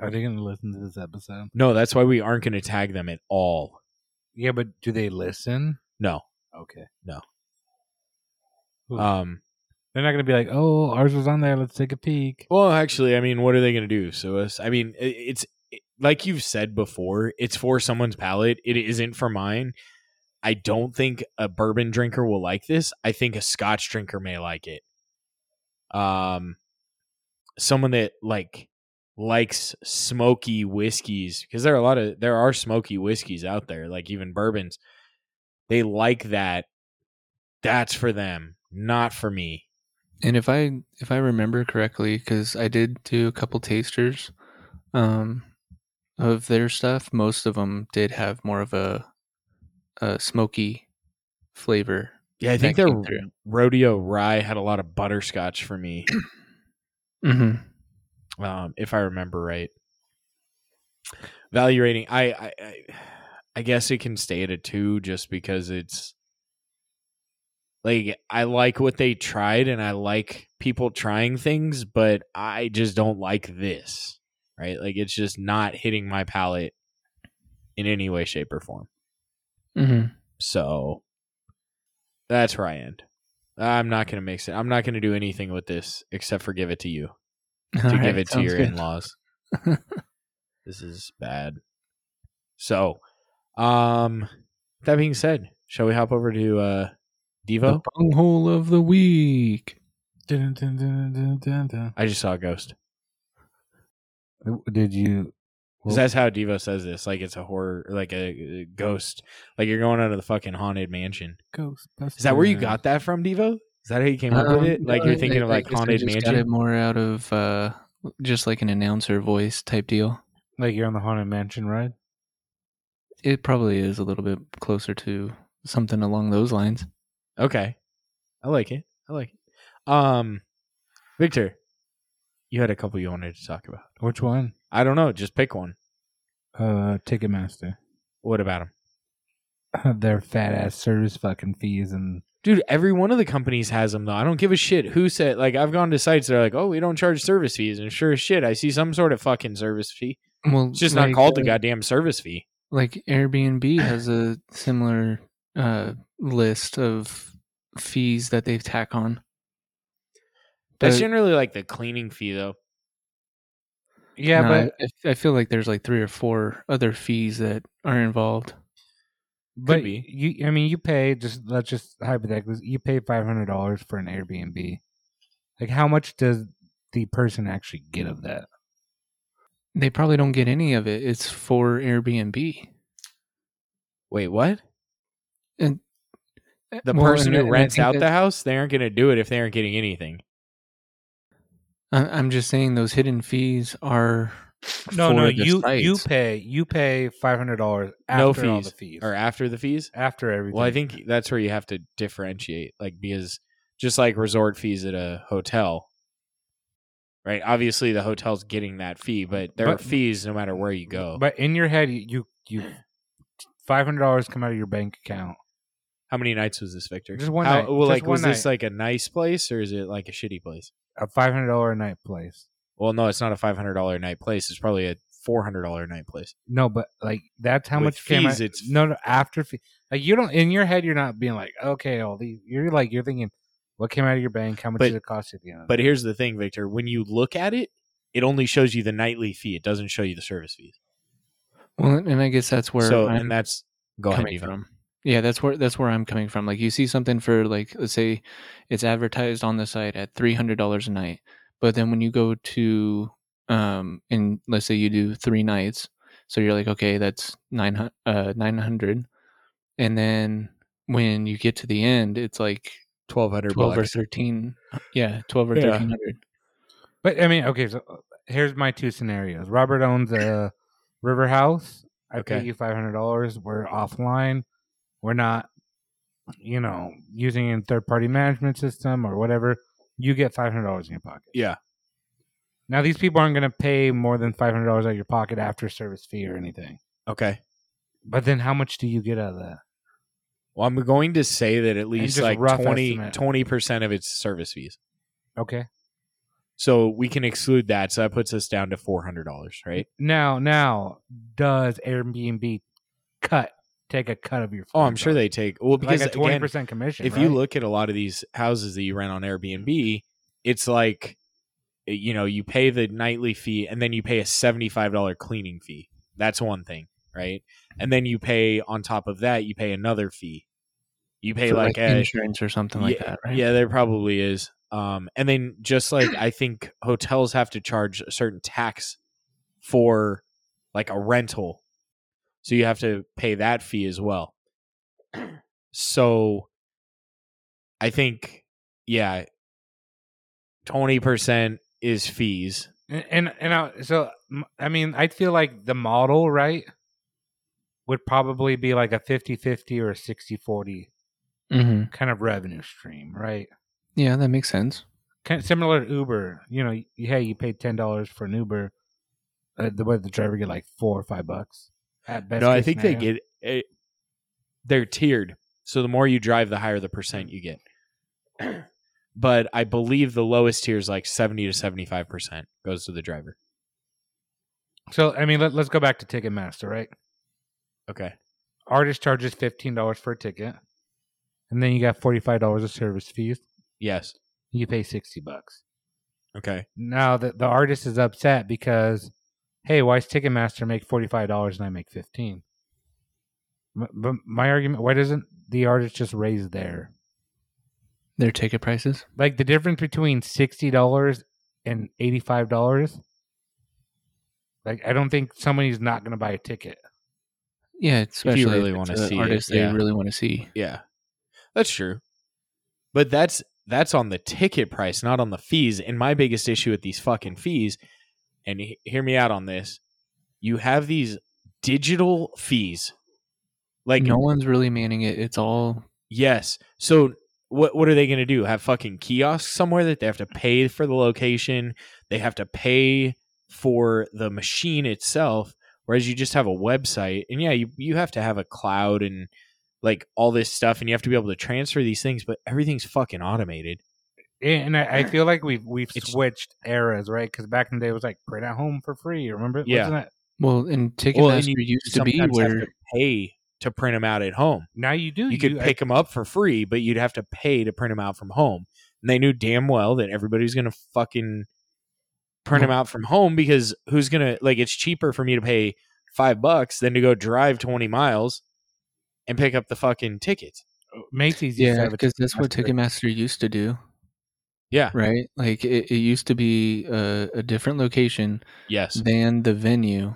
C: Are they going to listen to this episode?
B: No, that's why we aren't going to tag them at all.
C: Yeah, but do they listen?
B: No.
C: Okay. Uh,
B: Um.
C: They're not going to be like, oh, ours was on there. Let's take a peek.
B: Well, actually, I mean, what are they going to do? So, us- I mean, i- it's it- like you've said before. It's for someone's palate. It isn't for mine. I don't think a bourbon drinker will like this. I think a Scotch drinker may like it. Um, someone that like likes smoky whiskeys because there are a lot of there are smoky whiskeys out there, like even bourbons. They like that. That's for them, not for me.
A: And if I if I remember correctly, because I did do a couple tasters um, of their stuff, most of them did have more of a, a smoky flavor.
B: Yeah, I think
A: that
B: their
A: came through.
B: rodeo rye had a lot of butterscotch for
A: (clears throat)
B: me,
A: hmm
B: um, if I remember right. Value rating, I, I, I, I guess it can stay at a two just because it's like I like what they tried and I like people trying things, but I just don't like this, right? Like it's just not hitting my palate in any way, shape, or form.
A: hmm
B: So that's where I end. I'm not gonna mix it. I'm not gonna do anything with this except for give it to you to give it to your
A: (laughs)
B: in-laws. this is bad. So, um, that being said, shall we hop over to uh,
A: The
B: Devo?
A: bunghole of the week.
C: Dun, dun, dun, dun, dun, dun.
B: I just saw a ghost.
C: Did you?
B: 'Cause that's how Devo says this. Like it's a horror, like a, uh ghost. Like you're going out of the fucking haunted mansion. Is that where you got that from, Devo? Is that how you came up
A: Mm. Um,
B: with it? Like
A: no,
B: you're thinking
A: I-
B: of
A: I
B: like
A: guess I
B: haunted
A: just
B: mansion?
A: Got it more out of uh, just like an announcer voice type deal.
C: Like you're on the Haunted Mansion ride?
A: It probably is a little bit closer to something along those lines.
B: Okay. I like it. I like it. Um Victor, you had a couple you wanted to talk about.
C: Which one?
B: I don't know, just pick one.
C: Uh, Ticketmaster. (laughs)
B: What about them?
C: Their fat ass service fucking fees and
B: Dude, every one of the companies has them though. I don't give a shit who said like I've gone to sites that are like, "Oh, we don't charge service fees." And sure as shit, I see some sort of fucking service fee.
A: Well,
B: It's just not
A: like,
B: called the
A: uh,
B: goddamn service fee.
A: like Airbnb has a similar uh, list of fees that they tack on.
B: That's
A: But,
B: generally like the cleaning fee though.
C: yeah,
A: no,
C: but
A: I, I feel like there's like three or four other fees that are involved.
C: but
B: be.
C: you, I mean, you pay just let's just hypothetically, you pay five hundred dollars for an Airbnb. Like, how much does the person actually get of that?
A: They probably don't get any of it. It's for Airbnb.
B: Wait, what?
A: And
B: The
A: well,
B: person
A: and-
B: who
A: and I
B: rents
A: think
B: out
A: that-
B: the house, they aren't going to do it if they aren't getting anything.
A: I- I'm just saying those hidden fees are for the
C: you you
A: sites.
C: pay you pay five hundred dollars
B: No
C: after all the
B: fees.
C: fees
B: Or after the fees?
C: after everything.
B: Well, I think that's where you have to differentiate, like because just like resort fees at a hotel, right? Obviously, the hotel's getting that fee, but there are
C: But-
B: fees no matter where you go.
C: But in your head, you you, you five hundred dollars come out of your bank account.
B: How many nights was this, Victor?
C: Just one
B: How-
C: night.
B: Well,
C: Just
B: like
C: one
B: was this like a nice place or is it like a shitty place?
C: A five hundred dollar a night place.
B: Well, no, it's not a five hundred dollar a night place. It's probably a four hundred dollar night place.
C: No, but like that's how
B: With
C: much came out-
B: fees, it's-
C: no, no after fee. Like you don't in your head, you're not being like, okay, all these. You're like you're thinking, what came out of your bank? How much
B: But-
C: did it cost you at the end? Of
B: But here's the thing, Victor. When you look at it, it only shows you the nightly fee. It doesn't show you the service fees.
A: Well, and I guess that's where
B: so
A: I'm
B: and that's go ahead.
A: coming
B: Ivan.
A: from. Yeah, that's where that's where I'm coming from. Like you see something for like let's say it's advertised on the site at three hundred dollars a night, but then when you go to um and let's say you do three nights, so you're like okay that's nine hundred uh nine hundred, and then when you get to the end it's like
B: twelve hundred
A: twelve or
B: bucks.
A: thirteen. Yeah, twelve or
B: Yeah.
A: thirteen hundred.
C: But I mean, okay, so uh, here's my two scenarios. Robert owns a river house. I
B: Okay.
C: pay you five hundred dollars. We're offline. We're not, you know, using a third party management system or whatever. You get five hundred dollars in your pocket.
B: Yeah.
C: Now these people aren't going to pay more than five hundred dollars out of your pocket after service fee or anything.
B: Okay.
C: But then, how much do you get out of that?
B: Well, I'm going to say that at least
C: just
B: like
C: rough
B: 20
C: estimate.
B: 20 percent of its service fees.
C: Okay.
B: So we can exclude that. So that puts us down to four hundred dollars, right?
C: Now, now, does Airbnb cut take a cut of your?
B: Oh, I'm sure
C: $400?
B: they take well because
C: like a
B: again,
C: twenty percent commission.
B: if
C: right?
B: you look at a lot of these houses that you rent on Airbnb, it's like eh, you know, you pay the nightly fee and then you pay a $75 cleaning fee. That's one thing, right? And then you pay on top of that, you pay another fee. You pay
A: for,
B: like, a
A: insurance or something like that, right?
B: yeah, there probably is. Um, and then just like I think hotels have to charge a certain tax for like a rental, so you have to pay that fee as well. (clears throat) So, I think yeah, twenty percent is fees.
C: And and, and I, so m- I mean, I feel like the model right would probably be like a 50-50 or a 60-40
A: hmm
C: kind of revenue stream, right?
A: Yeah, that makes sense.
C: Kind similar to Uber, you know, y- hey, you paid ten dollars for an Uber, uh, the but the driver get like four or five bucks at best.
B: no, I
C: case
B: think
C: scenario.
B: they get it, they're tiered. So the more you drive, the higher the percent you get. (clears throat) but I believe the lowest tier is like seventy to seventy five percent goes to the driver.
C: So I mean, let, let's go back to Ticketmaster, right?
B: Okay.
C: Artist charges fifteen dollars for a ticket, and then you got forty five dollars of service fees.
B: Yes.
C: You pay sixty bucks.
B: Okay.
C: now the, the artist is upset because hey why does ticketmaster make $45 and i make 15 M- but my argument why doesn't the artist just raise their
A: Their ticket prices.
C: like the difference between $60 and $85 like i don't think somebody's not going to buy a ticket
A: Yeah, especially if
B: really
A: it's
B: wanna
A: a
B: see it,
A: artist
B: yeah.
A: they really want to see.
B: Yeah. That's true. But that's that's on the ticket price, not on the fees. And my biggest issue with these fucking fees, and he- hear me out on this, you have these digital fees. Like
A: Like no one's really manning it. It's all
B: Yes. So what what are they going to do? Have fucking kiosks somewhere that they have to pay for the location? They have to pay for the machine itself, whereas you just have a website. And yeah, you you have to have a cloud and like all this stuff, and you have to be able to transfer these things. But everything's fucking automated.
C: and I, I feel like we've we've
B: It's-
C: switched eras, right? Because back in the day, it was like print at home for free. Remember?
B: Yeah.
C: Wasn't that-
A: well. And Ticketmaster
B: Well, and you
A: used to be
B: sometimes have
A: where
B: to pay to print them out at home.
C: Now you do.
B: You could
C: I-
B: pick them up for free, but you'd have to pay to print them out from home. And they knew damn well that everybody's going to fucking print them out from home because who's going to like it's cheaper for me to pay 5 bucks than to go drive 20 miles and pick up the fucking tickets.
C: uh, Macy's. used to
A: yeah,
C: have a
A: because that's what
C: Ticketmaster.
A: Ticketmaster used to do.
B: Yeah.
A: Right. Like it, it used to be a, a different location
B: Yes.
A: than the venue,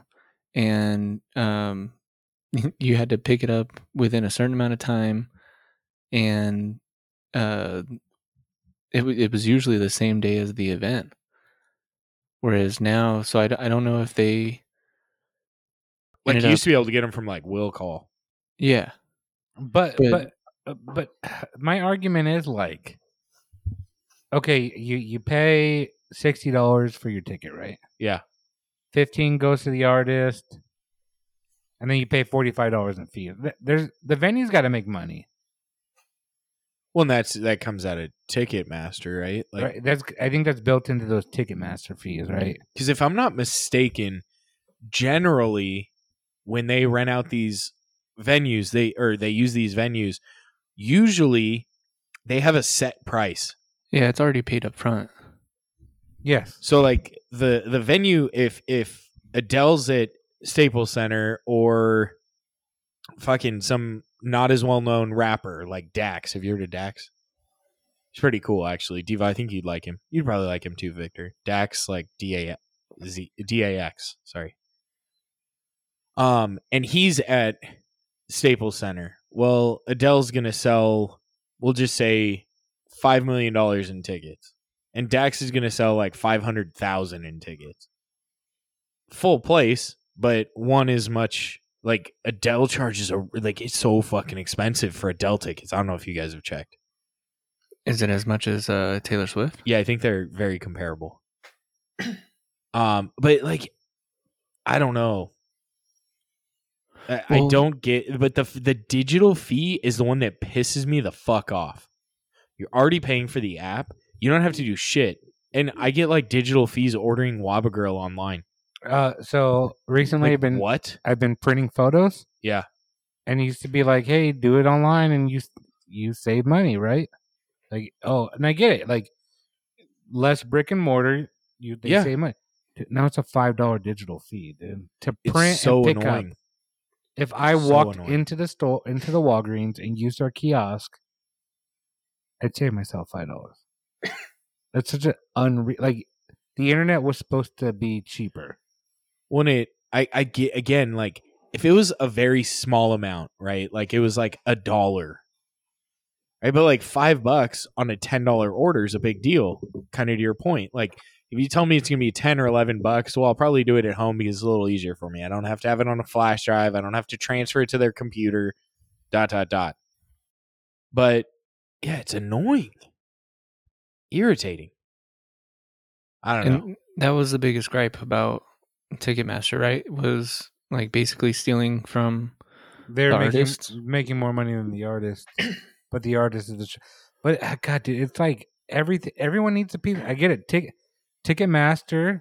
A: and um, (laughs) you had to pick it up within a certain amount of time, and uh, it wa- it was usually the same day as the event. Whereas now, so I, d- I don't know if they
B: Like
A: ended
B: you
A: up-
B: used to be able to get them from like will call.
A: yeah
C: But
A: But-
C: but uh, but (sighs) my argument is like, okay, you you pay sixty dollars for your ticket, right?
B: Yeah.
C: fifteen goes to the artist, and then you pay forty five dollars in fees. Th- There's the venue's got to make money,
B: Well, and that's that comes out of Ticketmaster, right? Like
C: right? That's I think that's built into those Ticketmaster fees, right?
B: Because if I'm not mistaken, generally when they rent out these venues, they or they use these venues, usually they have a set price.
A: Yeah, it's already paid up front.
C: Yes.
B: So like the the venue if if Adele's at Staples Center or fucking some not as well known rapper like Dax. Have you heard of Dax? He's pretty cool actually. Diva, I think you'd like him. You'd probably like him too, Victor. Dax like D A Z D A X, sorry. Um and he's at Staples Center. Well, Adele's going to sell we'll just say 5 million dollars in tickets. And Dax is going to sell like 500,000 in tickets. Full place, but one is much like Adele charges a like it's so fucking expensive for Adele tickets. I don't know if you guys have checked.
A: Is it as much as uh, Taylor Swift?
B: Yeah, I think they're very comparable. um, but like, I don't know. I, I
A: Well-
B: don't get, but the the digital fee is the one that pisses me the fuck off. You're already paying for the app. You don't have to do shit. And I get like digital fees ordering Waba Girl online.
C: Uh, so recently
B: Like,
C: I've been
B: what?
C: I've been printing photos.
B: Yeah.
C: And it used to be like, hey, do it online and you you save money, right? Like, oh, and I get it. Like, less brick and mortar, you they
B: Yeah.
C: save money. Dude, Now it's a five dollar digital fee dude, to
B: It's
C: print
B: so
C: and pick
B: annoying.
C: up. If I
B: So
C: walked
B: annoying.
C: into the store, into the Walgreens, and used our kiosk, I'd save myself five dollars. That's such an unre like the internet was supposed to be cheaper.
B: when it I, I get again like if it was a very small amount right like it was like a dollar right but like five bucks on a ten dollar order is a big deal kind of to your point like if you tell me it's gonna be ten or eleven bucks well i'll probably do it at home because it's a little easier for me i don't have to have it on a flash drive i don't have to transfer it to their computer dot dot dot but yeah it's annoying irritating i don't know
A: And that was the biggest gripe about Ticketmaster, right? Was like basically stealing from
C: They're
A: The
C: making
A: artist?
C: making more money than the
B: (clears throat)
C: artist, but the artist is the. Sh- but uh, God, dude, it's like everything. Everyone needs a piece. I get it. Ticket Ticketmaster,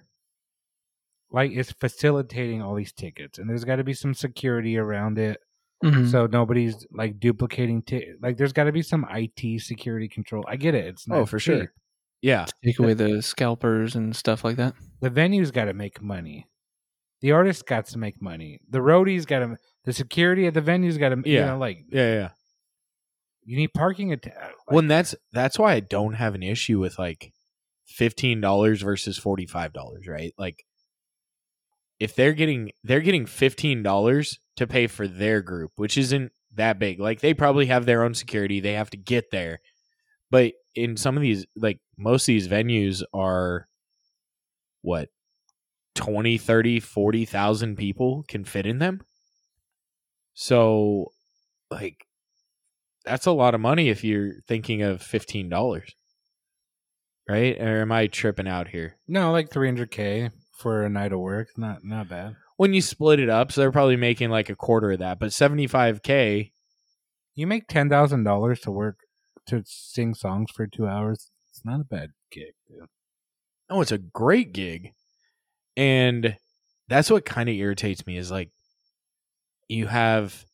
C: like, is facilitating all these tickets, and there's got to be some security around it,
B: Mm-hmm.
C: so nobody's like duplicating. T- like, there's got to be some IT security control. I get it. It's not
B: Oh, for sure.
C: cheap.
B: yeah
A: take away the scalpers and stuff like that.
C: The venue's got to make money. The artist got to make money. The roadie's got to. The security at the venue's got to.
B: Yeah.
C: You know, like
B: yeah yeah
C: you need parking. At- uh,
B: Well, and that's that's why I don't have an issue with like fifteen dollars versus forty five dollars, right? Like if they're getting they're getting fifteen dollars to pay for their group, which isn't that big. Like they probably have their own security, they have to get there. But in some of these like most of these venues are what 20 30 40,000 people can fit in them. So like that's a lot of money if you're thinking of fifteen dollars, right? Or am I tripping out here?
C: No, like 300k for a night of work. Not not bad.
B: When you split it up, so they're probably making like a quarter of that, but seventy five k.
C: You make ten thousand dollars to work to sing songs for two hours. It's not a bad gig. Dude.
B: Oh, it's a great gig, and that's what kind of irritates me is like you have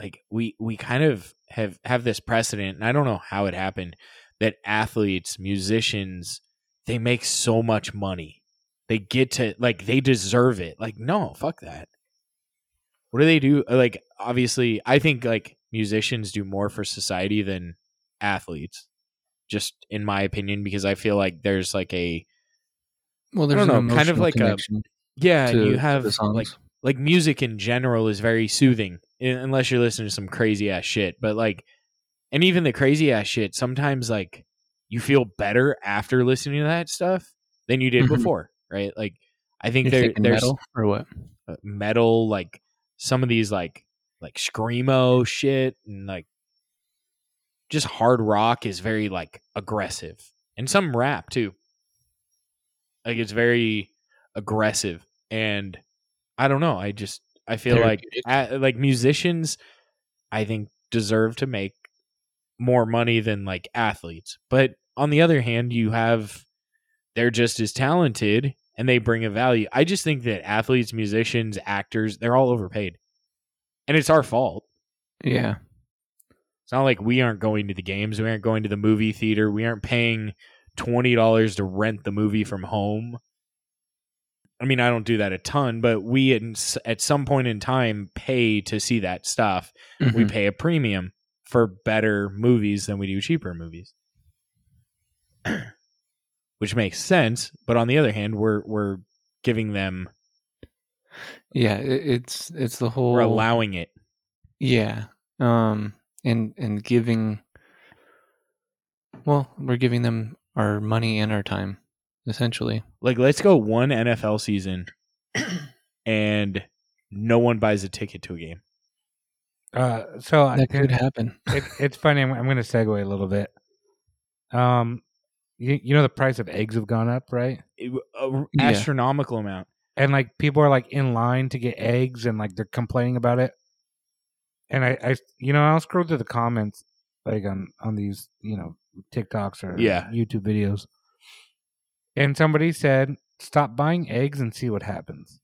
B: like we we kind of have have this precedent, and I don't know how it happened that athletes, musicians, they make so much money. They get to like they deserve it. Like no, fuck that. What do they do? Uh, Like obviously, I think like musicians do more for society than athletes. Just in my opinion because I feel like there's like a
A: Well,
B: I
A: there's
B: don't
A: an
B: know, kind of
A: emotional
B: like a-
A: connection
B: yeah,
A: to-
B: you
A: to
B: have
A: the songs.
B: like like music in general is very soothing un- unless you're listening to some crazy ass shit but like and even the crazy ass shit sometimes like you feel better after listening to that stuff than you did
A: Mhm.
B: before right like i think
A: You're
B: there,
A: thinking
B: there's
A: metal or what?
B: uh, metal like some of these like like screamo shit and like just hard rock is very like aggressive and some rap too like it's very aggressive and i don't know i just i feel like a like musicians i think deserve to make more money than like athletes but on the other hand you have they're just as talented and they bring a value. I just think that athletes, musicians, actors, they're all overpaid. And it's our fault.
A: Yeah.
B: It's not like we aren't going to the games, we aren't going to the movie theater, we aren't paying $20 to rent the movie from home. I mean, I don't do that a ton, but we at, at some point in time pay to see that stuff. We
A: Mhm.
B: pay a premium for better movies than we do cheaper movies. (clears throat) Which makes sense, but on the other hand, we're we're giving them
A: yeah, it, it's it's the whole
B: we're allowing it.
A: Yeah. Um and and giving well, we're giving them our money and our time essentially.
B: Like let's go one
C: (clears throat)
B: NFL season and no one buys a ticket to a game.
C: Uh, so I
A: That could
C: can-
A: happen.
C: it, it's funny. I'm, I'm going to segue a little bit. Um, you, you know the price of eggs have gone up, right?
B: It- a
A: Yeah.
B: astronomical amount.
C: And like people are like in line to get eggs, and like they're complaining about it. And I, I you know, I'll scroll through the comments like on on these, you know, TikToks or
B: Yeah.
C: YouTube videos. And somebody said, "Stop buying eggs and see what happens."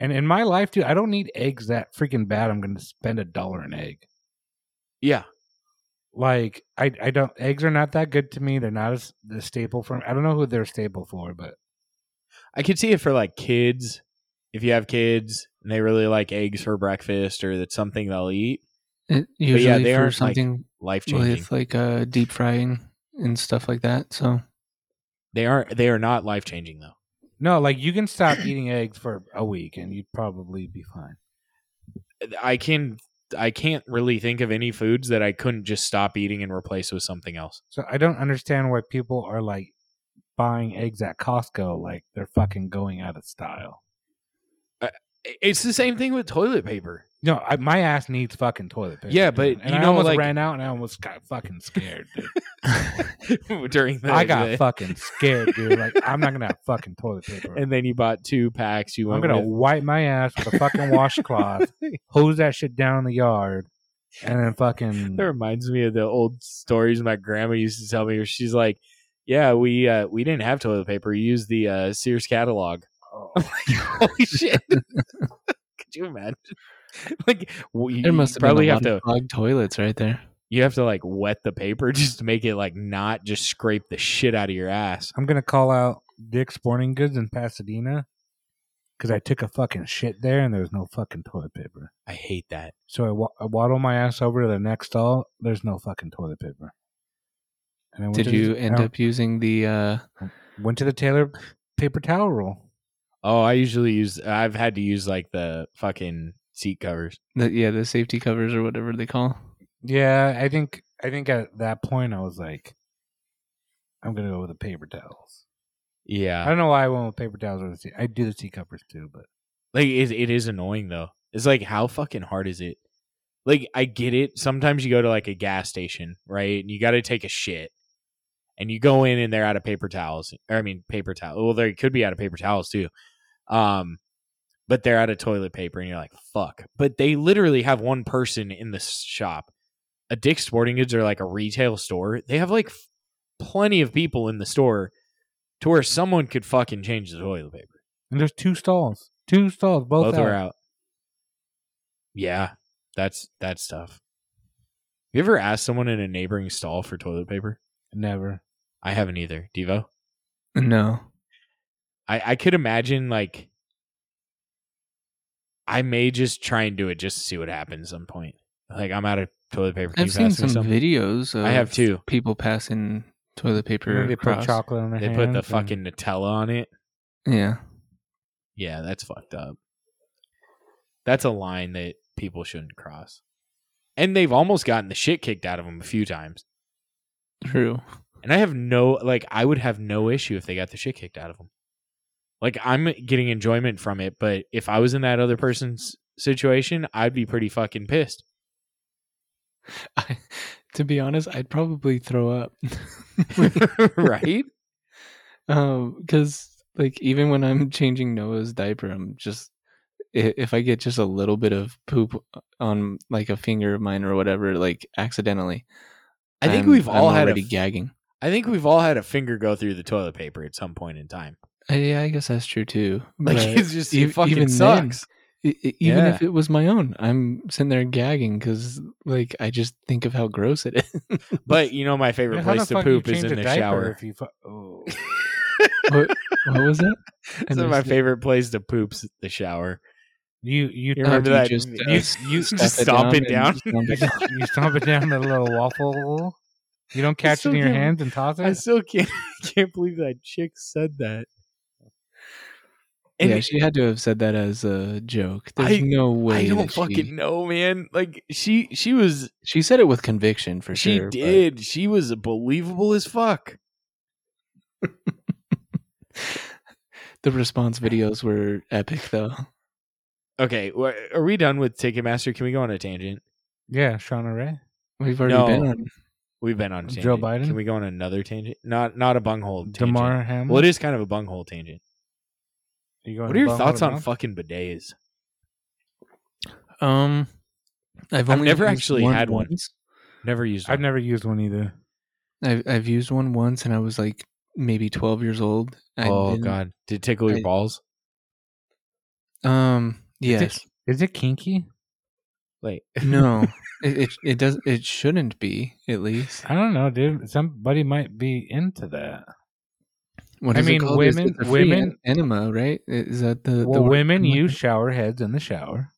C: And in my life, dude, I don't need eggs that freaking bad. I'm going to spend a dollar an egg.
B: Yeah.
C: like I, I don't eggs are not that good to me. They're not as the staple for. I don't know who they're a staple for, but
B: I could see it for like kids. If you have kids and they really like eggs for breakfast or that's something they'll eat,
A: It,
B: yeah,
A: usually
B: they
A: for
B: aren't, like,
A: something
B: life changing.
A: with like uh deep frying and stuff like that. So
B: They are they are not life changing though.
C: no, like you can stop eating eggs for a week and you'd probably be fine.
B: I can I can't really think of any foods that I couldn't just stop eating and replace with something else.
C: So I don't understand why people are like buying eggs at Costco like they're fucking going out of style.
B: I- It's the same thing with toilet
C: (laughs)
B: paper. (laughs)
C: No, I, my ass needs fucking toilet paper.
B: Yeah, but
C: dude. and
B: you
C: I
B: know,
C: almost
B: like-
C: ran out and I almost got fucking scared.
B: (laughs)
C: Dude.
B: During the
C: I got
B: the-
C: fucking scared, dude.
B: (laughs)
C: Like I'm not gonna have fucking toilet paper.
B: and then you bought two packs. You
C: I'm
B: went
C: gonna
B: with-
C: wipe my ass with a fucking
B: (laughs)
C: washcloth, hose that shit down in the yard, and then fucking.
B: That reminds me of the old stories my grandma used to tell me. Where she's like, "Yeah, we uh, we didn't have toilet paper. We used the uh, Sears catalog." (laughs)
C: Oh.
B: Holy shit! (laughs) Could you imagine? (laughs) Like, w- you,
A: there must have
B: probably
A: been a
B: have
A: lot
B: to
A: of clogged toilets right there.
B: you have to like wet the paper (laughs) just to make it like not just scrape the shit out of your ass.
C: I'm gonna call out Dick's Sporting Goods in Pasadena because I took a fucking shit there and there was no fucking toilet paper.
B: I hate that.
C: So I, wa- I waddle my ass over to the next stall. There's no fucking toilet paper. And I went
A: Did
C: to
A: you
C: the,
B: Oh.
A: end
C: I
A: up using the uh
C: Went to the Taylor paper towel roll.
B: Oh, I usually use. I've had to use like the fucking seat covers.
A: the yeah, the safety covers or whatever they call?
C: Yeah, I think I think at that point I was like, I'm gonna go with the paper towels. I
B: Yeah,
C: don't know why I went with paper towels or the sea. I do the tea covers too, but
B: like it, it is annoying though. It's like how fucking hard is it? Like I get it. Sometimes you go to like a gas station, right, and you got to take a shit, and you go in and they're out of paper towels. Or I mean, paper towel. Well, they could be out of paper towels too. Um, but they're out of toilet paper, and you're like, fuck. But they literally have one person in the shop. A Dick's Sporting Goods or like a retail store. They have like f- plenty of people in the store to where someone could fucking change the toilet paper.
C: and there's two stalls, two stalls, both,
B: Both,
C: out.
B: are out. Yeah, that's that's tough. You ever asked someone in a neighboring stall for toilet paper?
C: Never.
B: I haven't either, Devo.
A: No.
B: I I could imagine like I may just try and do it just to see what happens. At some point, like I'm out of toilet paper. Can you
A: I've seen
B: pass me
A: some videos of
B: I have too.
A: people passing toilet
C: And
A: paper
C: then they put
A: across.
C: chocolate on their
B: They
C: hands.
B: put the
C: and-
B: fucking Nutella on it.
A: Yeah.
B: Yeah, that's fucked up. That's a line that people shouldn't cross. And they've almost gotten the shit kicked out of them a few times.
A: True.
B: And I have no like I would have no issue if they got the shit kicked out of them. Like I'm getting enjoyment from it, but if I was in that other person's situation, I'd be pretty fucking pissed.
A: (laughs)
B: (laughs)
A: I, to be honest, I'd probably throw up. (laughs)
B: right?
A: Because, Um, like, even when I'm changing Noah's diaper, I'm just, i- if I get just a little bit of poop uh, on, like, a finger of mine or whatever, like, accidentally,
B: I think
A: I'm-
B: we've all
A: I'm
B: had a
A: already gagging.
B: Uh, I think we've all had a finger go through the toilet paper at some point in time. (laughs)
A: I, yeah, I guess that's true too. but
B: Like it's just
A: e-
B: it fucking
A: even then, (laughs)
B: sucks.
A: e- e- even
B: Yeah.
A: if it was my own, I'm sitting there gagging because like I just think of how gross it (laughs) is.
B: But you know my
C: Man,
B: favorite
C: how
B: place
C: the
B: to
C: fuck do you
B: poop is
C: change
B: in
C: a
B: the
C: diaper
B: shower.
C: If
B: (laughs)
C: you fu- oh.
A: what was it?
C: (laughs)
B: It's my favorite place to poop's the shower.
C: you you
B: You
A: do
B: remember
A: you
B: that?
A: just, uh,
B: you you
A: Stuff
B: (laughs) just stomp it down.
A: and stomp
B: (laughs)
A: it down.
C: you stomp it down with a little waffle. You
B: (laughs)
C: don't catch
B: so
C: it in your
B: good.
C: hands and toss
B: I
C: it.
B: still can't (laughs) can't believe that chick said that. And
A: yeah, she had to have said that as a joke. There's
B: I-
A: no way.
B: I don't
A: that
B: fucking
A: She,
B: know, man. Like she she was
A: she said it with conviction for
B: she
A: sure. but-
B: did. She was believable as fuck.
A: The response videos were epic though.
B: Okay, wha- are we done with Ticketmaster? Can we go on a tangent?
C: Yeah, Shauna Ray.
A: We've already
B: No.
A: been on.
B: We've been on a tangent.
C: Joe Biden?
B: Can we go on another tangent? Not not a bunghole tangent.
C: Damar Hamlin.
B: Well, it is kind of a bunghole tangent.
C: You going
B: What are your
C: bung
B: thoughts
C: out of
B: on
C: mouth?
B: fucking bidets?
A: Um, I've, only
B: never
A: used
B: actually had one.
A: once.
B: Never used.
C: I've
B: one.
C: never used one either.
A: I've I've used one once, and I was like maybe twelve years old. I
B: oh
A: didn't-
B: god, did it tickle your
A: I-
B: balls?
A: Um. Yes.
C: Is it kinky?
B: Like
C: (laughs)
A: no. It, it it does. It shouldn't be. At least.
C: I don't know, dude. Somebody might be into that.
A: What
C: I
A: is it
C: mean,
A: called? Is
C: women-
A: it the free
C: women-
A: en- enema, right? Is that the
C: well,
A: the word?
C: women use shower heads in the shower.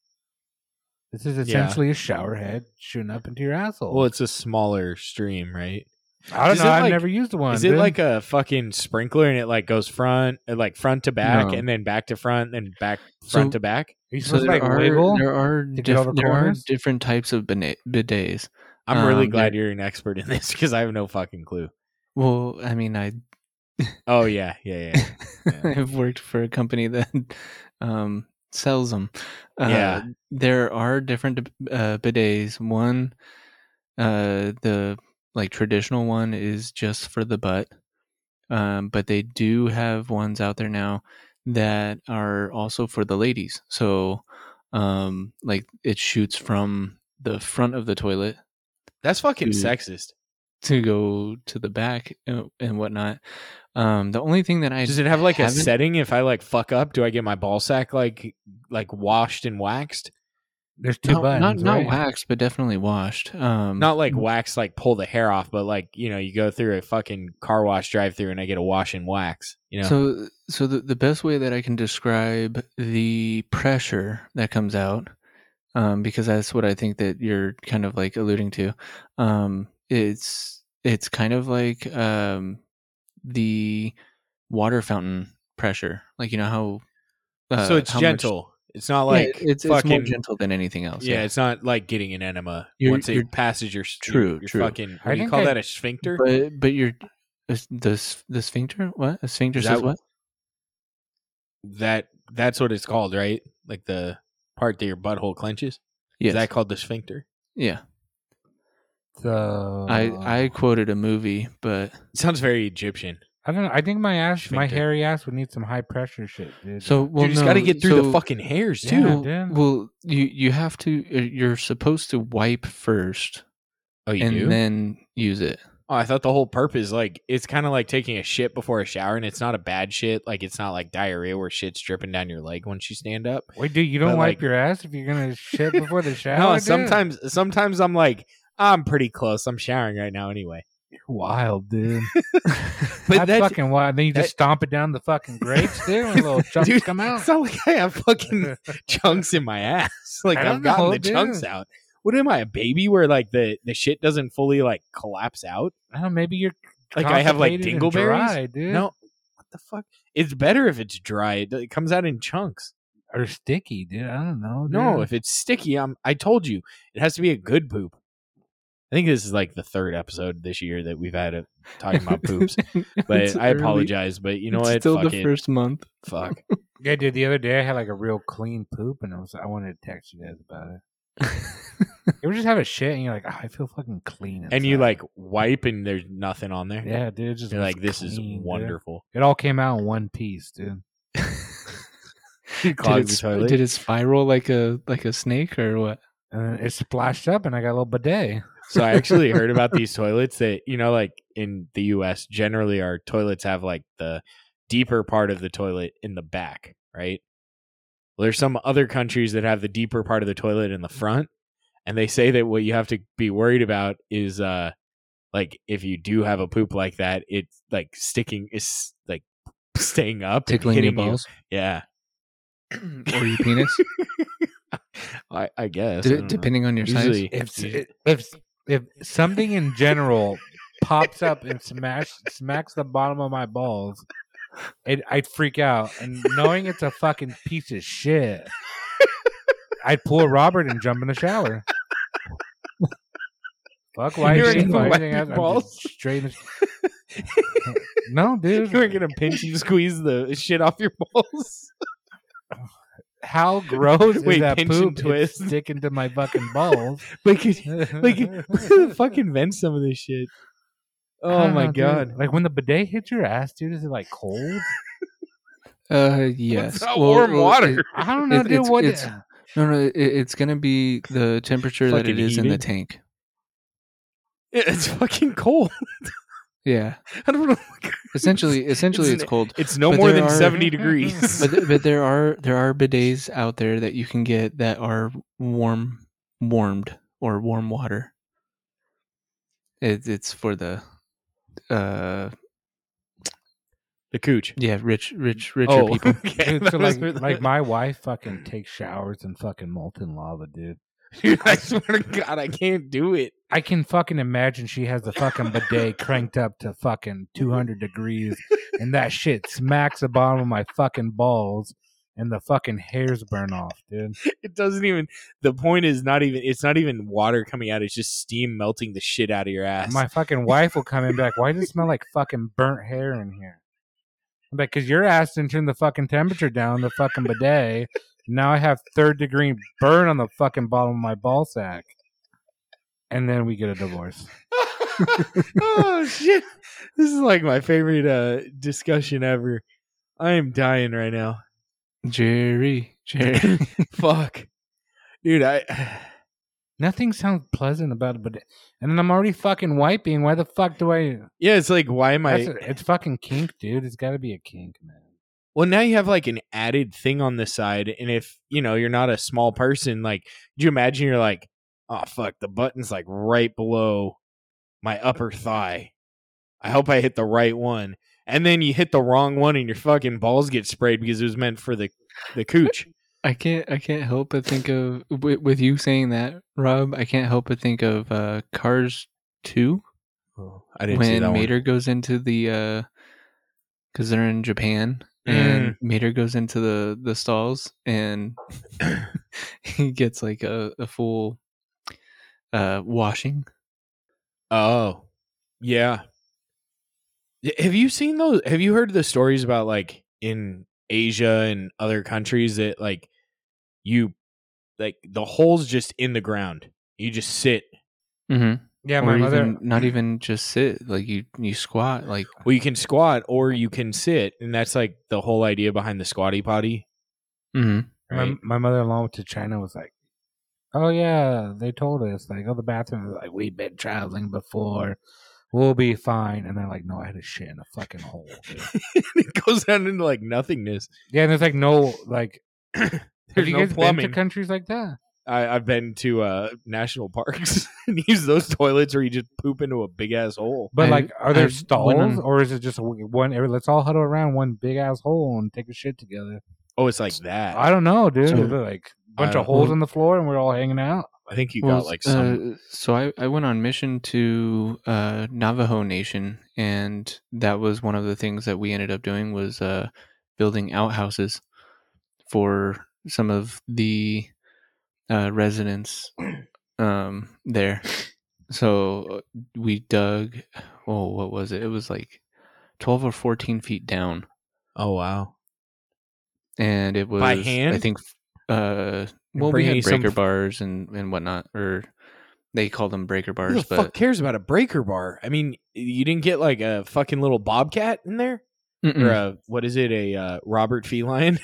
C: This is essentially a shower head shooting up into your asshole.
B: (laughs) Well, it's a smaller stream, right?
C: I don't
B: is
C: know.
B: it
C: I've
B: like-
C: never used one.
B: Is it
C: dude.
B: like a fucking sprinkler and it like goes front, uh, like front to back,
A: No.
B: and then back to front, and back front to back?
C: Are you
A: So
C: supposed
A: there
C: to like
A: are
C: wiggle?
A: there are
C: get
A: diff-
C: over
A: there are
C: corners?
A: different types of bidet- bidets.
B: I'm really
A: Um,
B: glad you're an expert in this (laughs) because I have no fucking clue.
A: Well, I mean, I
B: Oh yeah, yeah, yeah. Yeah.
A: (laughs) I've worked for a company that um, sells them. Uh,
B: Yeah.
A: there are different uh, bidets. One, uh, the like traditional one is just for the butt, um, but they do have ones out there now that are also for the ladies. So, um, like it shoots from the front of the toilet
B: That's fucking
A: Dude.
B: sexist.
A: to go to the back and, and whatnot. Um, the only thing that I
B: Does it have like a
A: haven't-
B: setting? If I like fuck up, do I get my ball sack like like washed and waxed?
C: There's two
A: No,
C: buttons.
A: not
C: right?
A: not waxed, but definitely washed. Um,
B: Not like wax, like pull the hair off, but like you know, you go through a fucking car wash drive through and I get a wash and wax. You know,
A: so. So the, the best way that I can describe the pressure that comes out, um, because that's what I think that you're kind of like alluding to. Um, it's it's kind of like um, the water fountain pressure, like you know how. uh,
B: so it's
A: how much-
B: gentle. It's not
A: Yeah,
B: like
A: it's, it's
B: fucking
A: more gentle than anything else.
B: Yeah, it's not like getting an enema
A: You're-
B: once
A: you're-
B: it passes your s-
A: True,
B: your- your
A: true.
B: fucking.
C: I
B: What do you
C: think
B: call
C: I-
B: that? A sphincter?
A: but but you're is the s- the sphincter what a sphincter
B: Is
A: says
B: that-
A: what
B: that that's what it's called, right? Like the part that your butthole clenches.
A: yes
B: Is that called the sphincter?
A: yeah
C: So
B: Uh,
A: I I quoted a movie but
B: It sounds very Egyptian.
C: I don't know. I think my ass, my
B: Sphincter.
C: hairy ass, would need some high pressure shit, dude.
A: so well
B: Dude, you just
A: no,
B: got to get through
A: so-
B: the fucking hairs
C: Yeah,
B: too.
A: well,
C: dude.
A: well you you have to uh, you're supposed to wipe first
B: Oh, you
A: and
B: do?
A: then use it
B: oh, I thought the whole purpose, like, it's kind of like taking a shit before a shower, and it's not a bad shit. Like, it's not like diarrhea where shit's dripping down your leg once you stand up.
C: wait, dude, you don't
B: but,
C: wipe
B: like-
C: your ass if you're gonna shit before
B: (laughs)
C: the shower.
B: no,
C: dude?
B: sometimes, sometimes I'm like, I'm pretty close. I'm showering right now anyway. (laughs)
C: you're wild, dude.
B: But
C: that's
B: that's
C: fucking wild. Then you just
B: that-
C: stomp it down the fucking grates, dude, and little chunks
B: (laughs) Dude,
C: come out.
B: It's not like I have
C: (laughs)
B: fucking chunks in my ass. (laughs) Like
C: I
B: I've
C: don't
B: gotten
C: know,
B: the
C: dude.
B: chunks out. What am I, a baby? Where like the the shit doesn't fully like collapse out?
C: I don't know, maybe you're
B: Like I have like
C: constipated and
B: dingleberries.
C: dry, dude,
B: No, what the fuck? It's better if it's dry. It, it comes out in chunks.
C: or sticky, dude. I don't know.
B: No,
C: dude.
B: if it's sticky, I'm. I told you, it has to be a good poop. I think this is like the third episode this year that we've had of talking
A: (laughs)
C: (laughs)
B: about poops. But
A: It's
B: I
A: early.
B: apologize. But you know
A: It's
B: what?
A: still
B: Fuck
A: the
B: it.
A: first month
C: (laughs)
A: (laughs)
B: Fuck.
C: yeah, dude. The other day I had like a real clean poop, and I was I wanted to text you guys about it. You ever just have a shit, and you're like, oh, I feel fucking clean,
B: And you
C: inside."
B: like wipe, and there's nothing on there.
C: yeah, dude. it Just
B: You're
C: was
B: like, this
C: clean,
B: is
C: dude.
B: wonderful.
C: It all came out in one piece, dude.
A: did,
B: clog
A: it,
B: the
A: sp-
B: toilet?
A: did it spiral like a like a snake or what
C: And then it splashed up, and I got a little bidet.
B: So I actually heard (laughs) about these toilets that you know, like in the U.S., generally our toilets have like the deeper part of the toilet in the back, right? Well, there's some other countries that have the deeper part of the toilet in the front, and they say that what you have to be worried about is uh like if you do have a poop like that, it's like sticking is like staying up and
C: tickling your
B: hitting you.
C: balls.
B: Yeah.
A: (laughs) or your
B: (laughs)
A: penis,
B: I, I guess. I
A: d-
B: don't know. (laughs)
A: depending on your
B: Usually-
A: size.
C: If if if something in general pops up and smash smacks the bottom of my balls, it, I'd freak out. And knowing it's a fucking piece of shit, I'd pull a Robert and jump in the shower. Fuck why
B: You're
C: you
B: gonna whack
C: anything
B: your
C: else? I'm just
B: balls?
C: Straight. in (laughs) the- no, dude.
B: You were gonna pinch and squeeze the shit off your balls.
C: How (laughs) gross
B: Wait,
C: is that
B: pinch
C: poop
B: and twist.
C: It's sticking to my fucking balls?
B: (laughs) like,
C: (laughs)
B: it- like, (laughs) it-
C: like,
B: fucking vent some of this shit.
C: I
B: Oh
C: don't
B: my
C: know, dude.
B: god.
C: Like when the bidet hits your ass, dude, is it like cold?
B: (laughs)
A: Uh, yes.
B: not warm water?
A: it-
C: I don't know,
A: It's-
C: dude.
A: it's-
C: what?
A: it's-
C: (laughs)
A: no, no. It, it's gonna be the temperature that
B: Fucking
A: it is in the
B: heated.
A: tank.
B: It- (laughs) It's fucking cold. (laughs)
A: Yeah.
B: I don't know.
A: Essentially, essentially,
B: (laughs) It's
A: it's,
B: an-
A: cold.
B: It's no
A: But
B: more
A: there
B: than
A: are-
B: 70 (laughs) degrees.
A: But th- but there are there are bidets out there that you can get that are warm, warmed or warm water. It, it's for the, uh,
B: the cooch.
A: yeah, rich, rich, richer
B: oh,
A: people.
B: (laughs)
C: (laughs)
B: okay.
C: dude, so
B: That was
C: like,
B: for the-
C: like my wife fucking takes showers in fucking molten lava, dude.
B: Dude, (laughs) I swear to God, I can't do it.
C: I can fucking imagine she has the fucking (laughs) bidet cranked up to fucking 200 degrees, and that shit smacks the bottom of my fucking balls, and the fucking hairs burn off, dude.
B: It doesn't even. The point is not even. It's not even water coming out. It's just steam melting the shit out of your ass.
C: My fucking wife will come in and be like, why does it smell like fucking burnt hair in here? I'm like, because your ass didn't turn the fucking temperature down, the fucking bidet. Now I have third degree burn on the fucking bottom of my ball sack. And then we get a divorce.
B: (laughs) oh shit! This is like my favorite uh, discussion ever. I am dying right (laughs) now.
A: Jerry, Jerry.
B: (laughs) Fuck, dude. I
C: Nothing sounds pleasant about a bidet. And then I'm already fucking wiping. Why the fuck do I?
B: yeah. It's like why am I?
C: That's a- it's fucking kink, dude. It's got to be a kink, man.
B: Well, now you have like an added thing on the side, and if you know you're not a small person, like, do you imagine you're like, oh fuck, the button's like right below my upper thigh. I hope I hit the right one, and then you hit the wrong one, and your fucking balls get sprayed because it was meant for the
C: (laughs)
B: the cooch.
A: I can't. I can't help but think of with, with you saying that, Rob. I can't help but think of uh, Cars Two
B: Oh, I didn't see
A: when
B: that
A: Mater goes into the because they're in Japan and Mater goes into the the stalls and (laughs) he gets like a, a full uh, washing.
B: one. Oh, yeah. Y- Have you seen those? Have you heard the stories about like in Asia and other countries that like you like the hole's just in the ground. You just sit.
A: Mm-hmm.
C: Yeah,
A: or even not even just sit like you you squat like
B: Well, you can squat or you can sit, and that's like the whole idea behind the squatty potty. (laughs)
A: mhm.
B: Right?
C: My, my mother-in-law went to China was like, "Oh yeah, they told us like, oh the bathroom like we've been traveling before, we'll be fine." And they're like, "No, I had a shit in a fucking hole." dude."
B: (laughs) it goes down into like nothingness. (coughs)
C: yeah, and there's like no like. have
B: There's
C: you
B: no
C: guys been
B: plumbing.
C: to countries like that?
B: I, I've been to uh, national parks (laughs) and use those toilets where you just poop into a big ass hole.
C: But
A: I-
C: like, are there
A: I
C: stalls
A: went on-
C: or is it just one? every- Let's all huddle around one big ass hole and take a shit together.
B: Oh, it's like that.
C: I don't know, dude.
A: So-
C: Is it, like bunch
B: I
C: of holes
A: don't-
C: in the floor and we're all hanging out.
B: I think you
A: Well,
B: got like some.
A: uh, so I, I went on mission to uh, Navajo Nation, and that was one of the things that we ended up doing was uh, building outhouses for some of the uh, residents (clears throat) um, there. So uh, we dug. Oh, what was it? It was like twelve or fourteen feet down,
B: oh wow.
A: and it was
B: By
A: I
B: hand?
A: think. Uh, well, we
B: bringing you
A: had
B: some-
A: breaker bars and and whatnot, or they call them breaker bars,
B: Who the
A: but
B: fuck cares about a breaker bar? I mean, you didn't get like a fucking little bobcat in there,
A: Mm-mm.
B: or a what is it? A uh, Robert feline?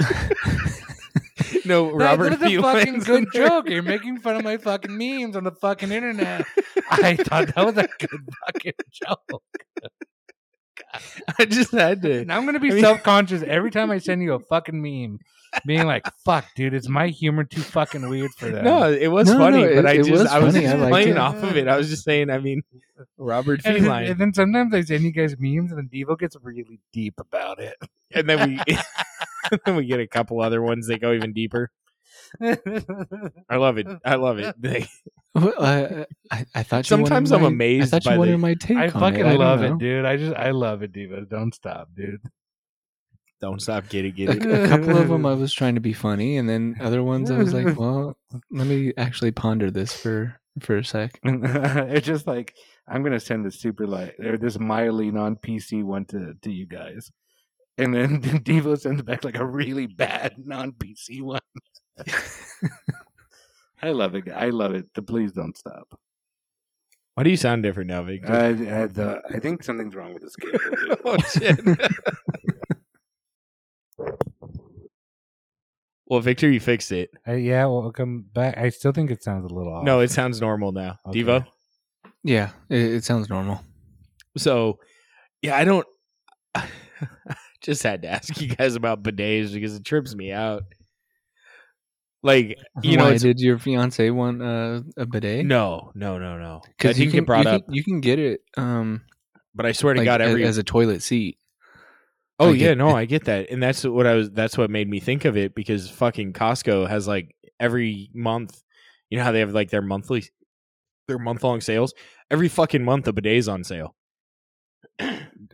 B: (laughs)
A: (laughs)
B: no, Robert
C: That was a
B: felines
C: fucking
B: in
C: good
B: there.
C: joke. You're making fun of my fucking memes on the fucking internet. I thought that was a good fucking joke.
A: I just had (laughs) to.
C: Now I'm gonna be
A: I mean-
C: self conscious every time I send you a fucking meme, being like, "Fuck, dude, is my humor too fucking weird for that?"
B: No, it was
A: No, no,
B: funny,
A: it-
B: but I
A: it
B: just
A: was
B: I was
A: funny. I
B: just
A: liked
B: playing
A: it.
B: off of it. I was just saying. I mean,
A: (laughs)
B: Robert
C: and then,
B: Feline,
C: and then sometimes I send you guys memes, and then Devo gets really deep about it.
B: and then we (laughs) then we get a couple other ones that go even deeper. I love it. I love
A: (laughs)
B: it. They-
A: Well, uh, I, I thought you
B: Sometimes
A: wanted
B: I'm
A: my-
B: amazed
A: I thought
B: by
A: you wanted
B: the-
A: my take.
C: I
A: on
C: fucking
A: it. I don't
C: love it,
A: know.
C: dude. I just I love it, Devo. Don't stop, dude.
B: don't stop, get it, get it.
A: A, a couple of
B: (laughs)
A: them I was trying to be funny, and then other ones I was like, well, let me actually ponder this for for a sec.
C: (laughs) it's just like I'm gonna send this super light or this myelin on PC one to to you guys. And then (laughs) Devo sends back like a really bad non PC one. I love it. I love it. The please don't stop.
B: Why do you sound different now, Vic?
C: I, I, the, I think something's wrong with this (laughs)
B: oh
C: game.
B: shit. (laughs) well, Victor, you fixed it.
C: Uh, yeah, well, come back. I still think it sounds a little
A: Oh,
C: off.
B: No, it sounds normal now,
C: Okay.
B: Devo.
A: Yeah, it, it sounds normal.
B: So, yeah, I don't. (laughs) just had to ask you guys about bidets because it trips me out. Like you know,
A: Why
B: it's,
A: did your fiance want uh, a bidet?
B: no, no, no, no. I
A: because
B: didn't get brought
A: you
B: up,
A: Can, you can get it. Um,
B: but I swear to
A: like,
B: God,
A: as-
B: every
A: as a toilet seat.
B: oh
A: like,
B: yeah,
A: it-
B: no,
A: it-
B: I get that, and that's what I was. That's what made me think of it because fucking Costco has like every month. You know how they have like their monthly, their month long sales. Every fucking month, the bidet's on sale. and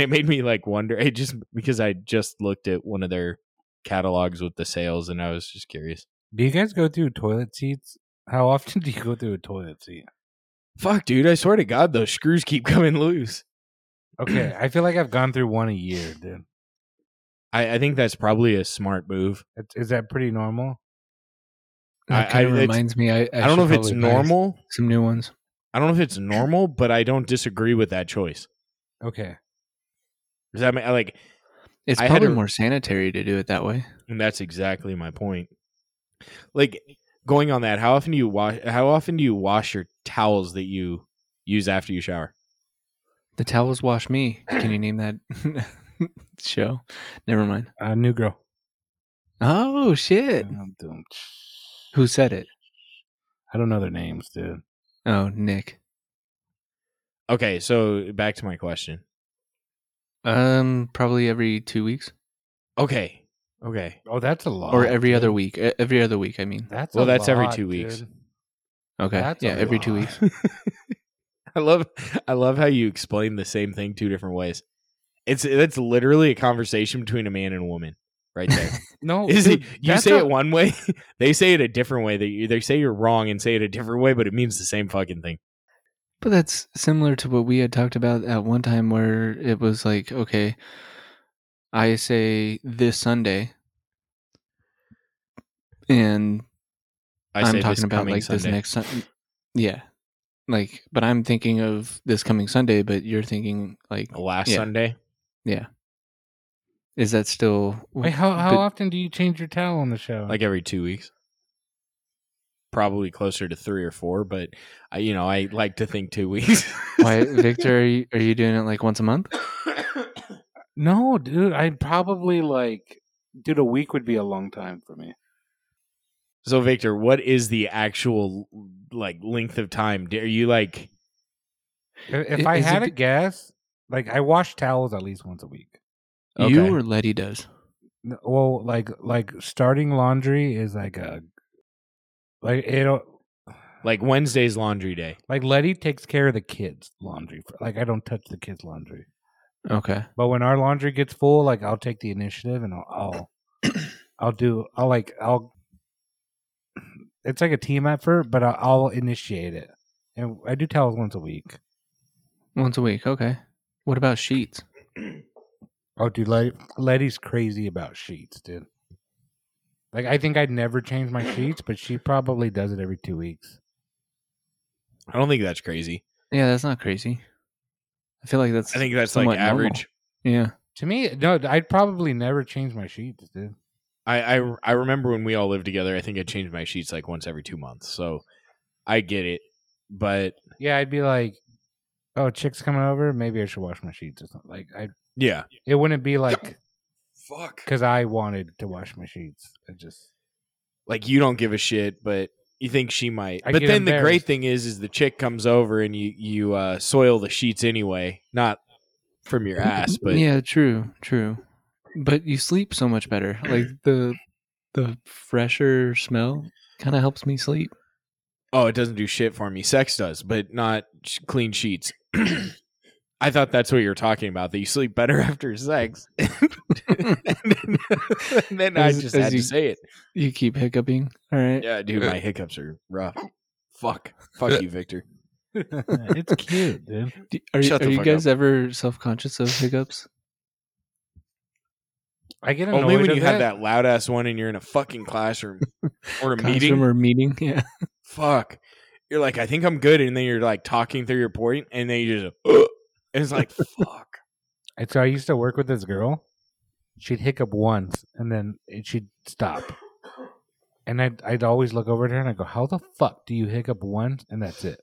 B: it made me like wonder it just because i just looked at one of their catalogs with the sales and i was just curious
C: Do you guys go through toilet seats? How often (laughs) do you go through a toilet seat?
B: fuck dude i swear to god those screws keep (laughs) coming loose
C: Okay, I feel like I've gone through one a year, dude.
B: i, I think that's probably a smart move
C: That's- Is that pretty normal?
B: I-
A: That kind
B: I-
A: of
B: it's-
A: reminds me. I,
B: i, don't know if
A: should
B: it's
A: probably buy
B: normal
A: Some new ones.
B: i don't know if it's normal but i don't disagree with that choice
C: Okay.
B: does that mean like
A: It's
B: I had
A: probably
B: a-
A: more sanitary to do it that way.
B: and that's exactly my point like going on that how often do you wash how often do you wash your towels that you use after you shower
A: The towels wash me. Can
B: (clears throat)
A: you name that (laughs) show? Never mind.
C: Uh, new girl.
A: Oh shit!
C: Um, dum-
A: Who said it?
C: I don't know their names, dude.
A: Oh, Nick.
B: okay so back to my question
A: Um, probably every two weeks
B: okay okay
C: Oh, that's a lot.
A: or every other week. E- Every other week, I mean.
C: That's
B: Well,
C: a
B: that's every
C: lot,
B: two weeks.
C: dude.
A: Okay,
C: That's
A: yeah,
C: a
A: every two
C: lot.
A: weeks.
B: I love I love how you explain the same thing two different ways. It's it's literally a conversation between a man and a woman
A: (laughs)
B: right there.
C: (laughs) No,
B: (laughs) Is
C: dude,
B: it, you
C: that's
B: say
C: a-
B: it one way, (laughs) they say it a different way. They they say you're wrong and say it a different way, but it means the same fucking thing.
A: But that's similar to what we had talked about at one time where it was like, okay, I say this Sunday. And I
B: I say
A: am
B: this
A: talking about
B: coming
A: like this
B: Sunday.
A: next Sunday. Yeah. Like, but I'm thinking of this coming Sunday, but you're thinking, like,
B: last
A: Yeah.
B: Sunday.
A: is that still.
C: Wait, how how
A: but-
C: often do you change your towel on the show?
B: like every two weeks probably closer to three or four but I, you know i like to think two (laughs) weeks
A: Why, Victor, are
C: (laughs)
A: you, are you doing it like once a month?
C: no, dude, I'd probably like, dude, a week would be a long time for me.
B: (laughs) so victor what is the actual like length of time are you like
C: If, if
A: I-
C: I
A: is
C: had
A: it
C: a
A: be-
C: guess, like I wash towels at least once a week.
B: Okay.
A: You or Letty does?
C: N- Well, like like starting laundry is like a like it'll
B: like Wednesday's laundry day.
C: like Letty takes care of the kids' laundry. Like I don't touch the kids' laundry.
A: Okay.
C: But when our laundry gets full, like I'll take the initiative and I'll I'll, I'll do I'll like I'll. (clears throat) It's like a team effort, but I'll, I'll initiate it, and I do towels once a week.
A: Once a week. Okay. What about sheets?
C: Oh, dude, Let- Letty's crazy about sheets, dude. Like I think I'd never change my sheets, but she probably does it every two weeks.
B: I don't think that's crazy.
A: Yeah, that's not crazy. I feel like that's.
B: I think that's
A: Somewhat
B: like average.
A: Yeah.
C: To me, no, I'd probably never change my sheets, dude.
B: I, I I remember when we all lived together. I think I changed my sheets like once every two months. So I get it, but
C: Yeah, I'd be like, oh, chick's coming over. Maybe I should wash my sheets or something. Like I,
B: Yeah.
C: it wouldn't be like
D: Fuck.
C: because I wanted to wash my sheets. I (laughs) just
B: Like you don't give a shit, but you think she might.
C: I
B: but
C: get
B: then the great
C: embarrassed.
B: thing is, is the chick comes over and you you uh, soil the sheets anyway, not from
A: (laughs)
B: your ass, but
A: yeah, true, true. But you sleep so much better.
B: (clears throat)
A: Like the the fresher smell kind of helps me sleep.
B: oh, it doesn't do shit for me. Sex does, but not sh- clean sheets. (clears throat) I thought that's what you were talking about. That you sleep better (laughs) after sex. and then, and then I
A: As-
B: just
A: as
B: had
A: you-
B: to say it.
A: You keep hiccuping. All right.
B: Yeah, dude, my hiccups are rough. Fuck, fuck you, Victor.
C: it's cute, dude.
A: Do- are you-
B: Shut the
A: are you
B: fuck
A: guys ever self conscious of hiccups?
C: I get annoyed
B: Only when
C: of
B: you have that loud ass one and you're in a fucking
A: (laughs)
B: classroom or a meeting.
A: Classroom or meeting? (laughs) Yeah.
B: Fuck. You're like, I think I'm good, and then you're like talking through your point, and then you just, "Ugh." and
C: (laughs)
B: it's like, (laughs) fuck.
C: And so I used to work with this girl. She'd hiccup once and then it- she'd stop. And I'd, I'd always look over at her and I go, How the fuck do you hiccup once and that's it?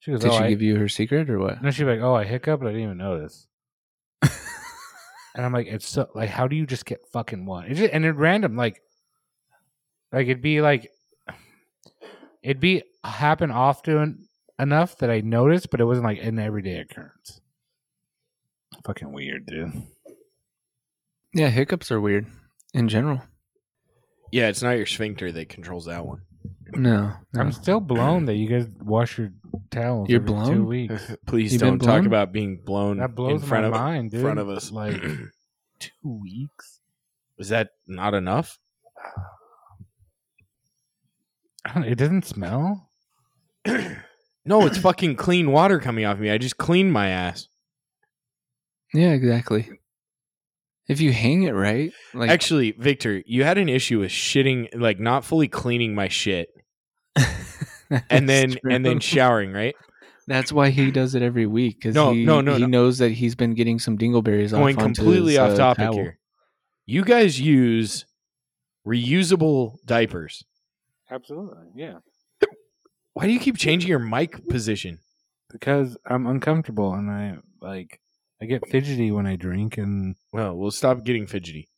C: She goes,
A: Did
C: oh,
A: she
C: I,
A: give you her secret or what?
C: No, she'd be like, Oh, I hiccuped. I didn't even notice.
B: (laughs)
C: and I'm like, It's so, like, how do you just get fucking one? It's just, and it's random. Like, like it'd be like, it'd be happen often enough that I noticed, but it wasn't like an everyday occurrence. Fucking weird, dude.
A: Yeah, hiccups are weird in general.
B: Yeah, it's not your sphincter that controls that one.
A: No, no.
C: I'm still blown that you guys wash your towels.
A: You're
C: every Two
A: blown?
C: weeks.
B: (laughs) Please
A: You've been
B: don't talk
A: blown?
B: about being blown
C: That blows
B: in front
C: my
B: of
C: mind, dude.
B: in front of us. (clears throat)
C: Like
B: two weeks. Is that not enough?
C: I don't- it doesn't smell.
B: no,
C: (laughs)
B: it's fucking clean water coming off me. I just cleaned my ass.
A: Yeah, exactly. If you hang it right, like (laughs)
B: Actually, Victor, you had an issue with shitting, like not fully cleaning my shit, and then
A: That's true. (laughs)
B: and then showering, right?
A: that's why he does it every week because
B: No,
A: he,
B: no, no,
A: he
B: no.
A: knows that he's been getting some dingleberries
B: Going
A: off onto
B: completely
A: his,
B: off
A: uh,
B: topic
A: towel.
B: here. You guys use reusable diapers.
C: Absolutely, yeah.
B: Why do you keep changing your mic position?
C: Because I'm uncomfortable and I like I get fidgety when I drink and
B: Well, we'll stop getting fidgety.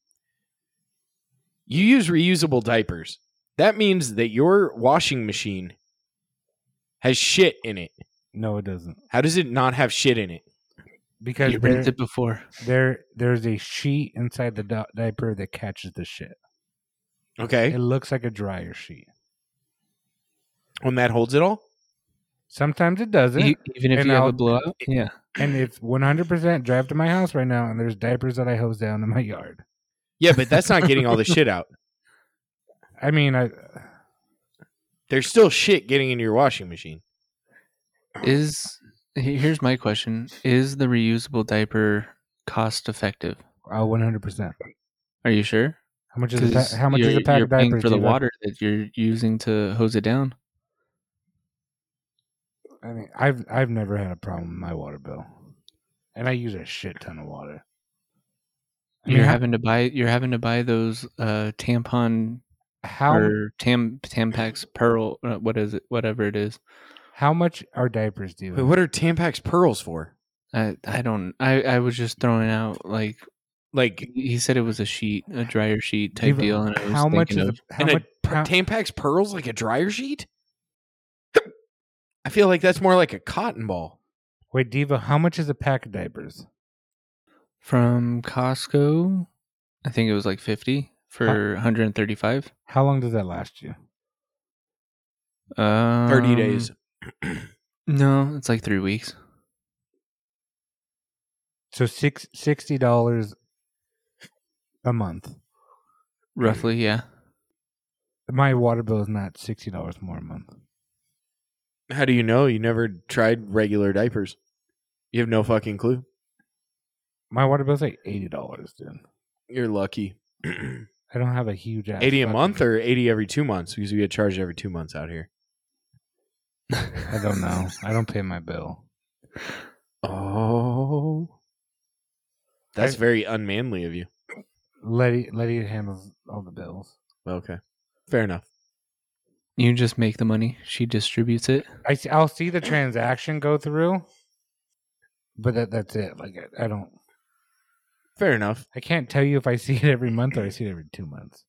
B: You use reusable diapers. That means that your washing machine has shit in it.
C: no, it doesn't.
B: How does it not have shit in it?
C: Because
A: You
C: there,
A: rinsed it before.
C: there there's a sheet inside the di- diaper that catches the shit.
B: Okay.
C: It looks like a dryer sheet.
B: When that holds it all?
C: Sometimes it doesn't.
A: E- even if
C: And
A: you have
C: I'll-
A: a blowout, yeah.
C: and it's 100% drive to my house right now and there's diapers that I hose down in my yard.
B: Yeah, but that's not getting all the shit (laughs) out.
C: I mean, I
B: There's still shit getting into your washing machine.
A: Is he- here's my question: Is the reusable diaper cost effective?
C: Oh, 100%.
A: Are you sure?
C: How much is a
A: 'Cause
C: pa- how much is
A: you're-
C: a pack
A: you're
C: of
A: paying
C: diapers?
A: for the
C: Devo?
A: water that you're using to hose it down?
C: I mean, I've I've never had a problem with my water bill, and I use a shit ton of water. I mean,
A: you're
C: how,
A: having to buy you're having to buy those uh tampon
C: how
A: or tam tampax pearl uh, what is it whatever it is
C: how much are diapers do?
B: Wait, what are Tampax pearls for?
A: i i don't i i was just throwing out like
B: Like
A: he said it was a sheet a dryer sheet type
C: Even-
A: deal and I was
C: how much
A: thinking
C: is
A: of,
C: a, how
B: and a
C: much how,
B: Tampax pearls like a dryer sheet? I feel like that's more like a cotton ball.
C: wait diva? How much is a pack of diapers?
A: from costco i think it was like 50 for 135
C: How long does that last you?
A: um,
B: 30 days.
A: no it's like three weeks
C: So six sixty dollars a month.
A: roughly yeah
C: My water bill is not sixty dollars more a month.
B: How do you know? You never tried regular diapers. You have no fucking clue.
C: My water bill is like eighty dollars, dude.
B: You're lucky. (clears throat) 80
C: I don't have a huge ass
B: a
C: fucking-
B: month or 80 every two months because we get charged every two months
C: (laughs)
B: out here.
C: I don't know. I don't pay my bill.
B: Oh. That's
C: I-
B: very unmanly of you.
C: Letty Letty handles all the bills.
B: Okay. Fair enough.
A: you just make the money she distributes it
C: I see, I'll see the transaction go through, but that that's it. Like I, I don't.
B: Fair enough.
C: I can't tell you if I (laughs) see it every month or I see it every two months.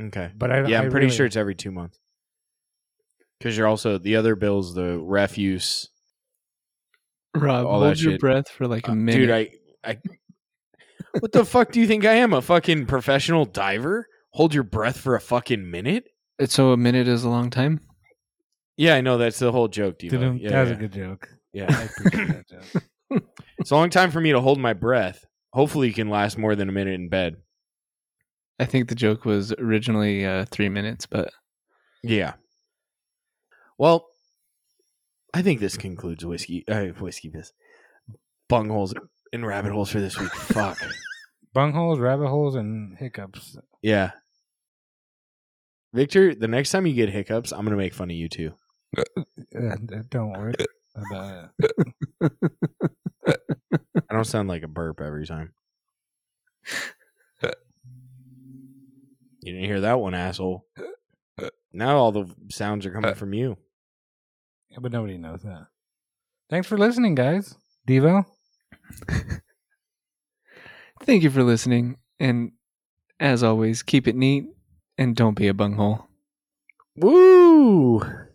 B: Okay.
C: But I
B: Yeah,
C: I
B: I'm pretty
C: really-
B: sure it's every two months. Because you're also the other bills, the refuse.
A: Rob,
B: All
A: hold
B: that
A: your
B: shit.
A: breath for like a
B: Uh,
A: minute.
B: Dude, I, I, what the fuck do you think I am? A fucking professional diver? Hold your breath for a fucking minute?
A: so a minute is a long time.
B: Yeah, I know that's the whole joke, Devo.
C: Didn't-
B: Yeah,
C: that was
B: yeah,
C: a good
B: (laughs)
C: joke.
B: yeah.
C: I appreciate that
B: (laughs)
C: joke.
B: it's a long time for me to hold my breath. Hopefully, you can last more than a minute in bed.
A: I think the joke was originally uh, three minutes, but
B: Yeah. Well, I think this concludes whiskey. Uh, whiskey piss. Bungholes and rabbit holes for this week.
A: (laughs)
B: Fuck.
C: Bungholes, rabbit holes, and hiccups.
B: Yeah. Victor, the next time you get hiccups, I'm gonna make fun of you too.
C: Uh, don't worry about it.
B: I don't sound like a burp every time. You didn't hear that one, asshole. Now all the sounds are coming from you.
C: Yeah, but nobody knows that. Thanks for listening, guys. Devo,
A: thank you for listening. And as always, keep it neat and don't be a bunghole.
B: Woo!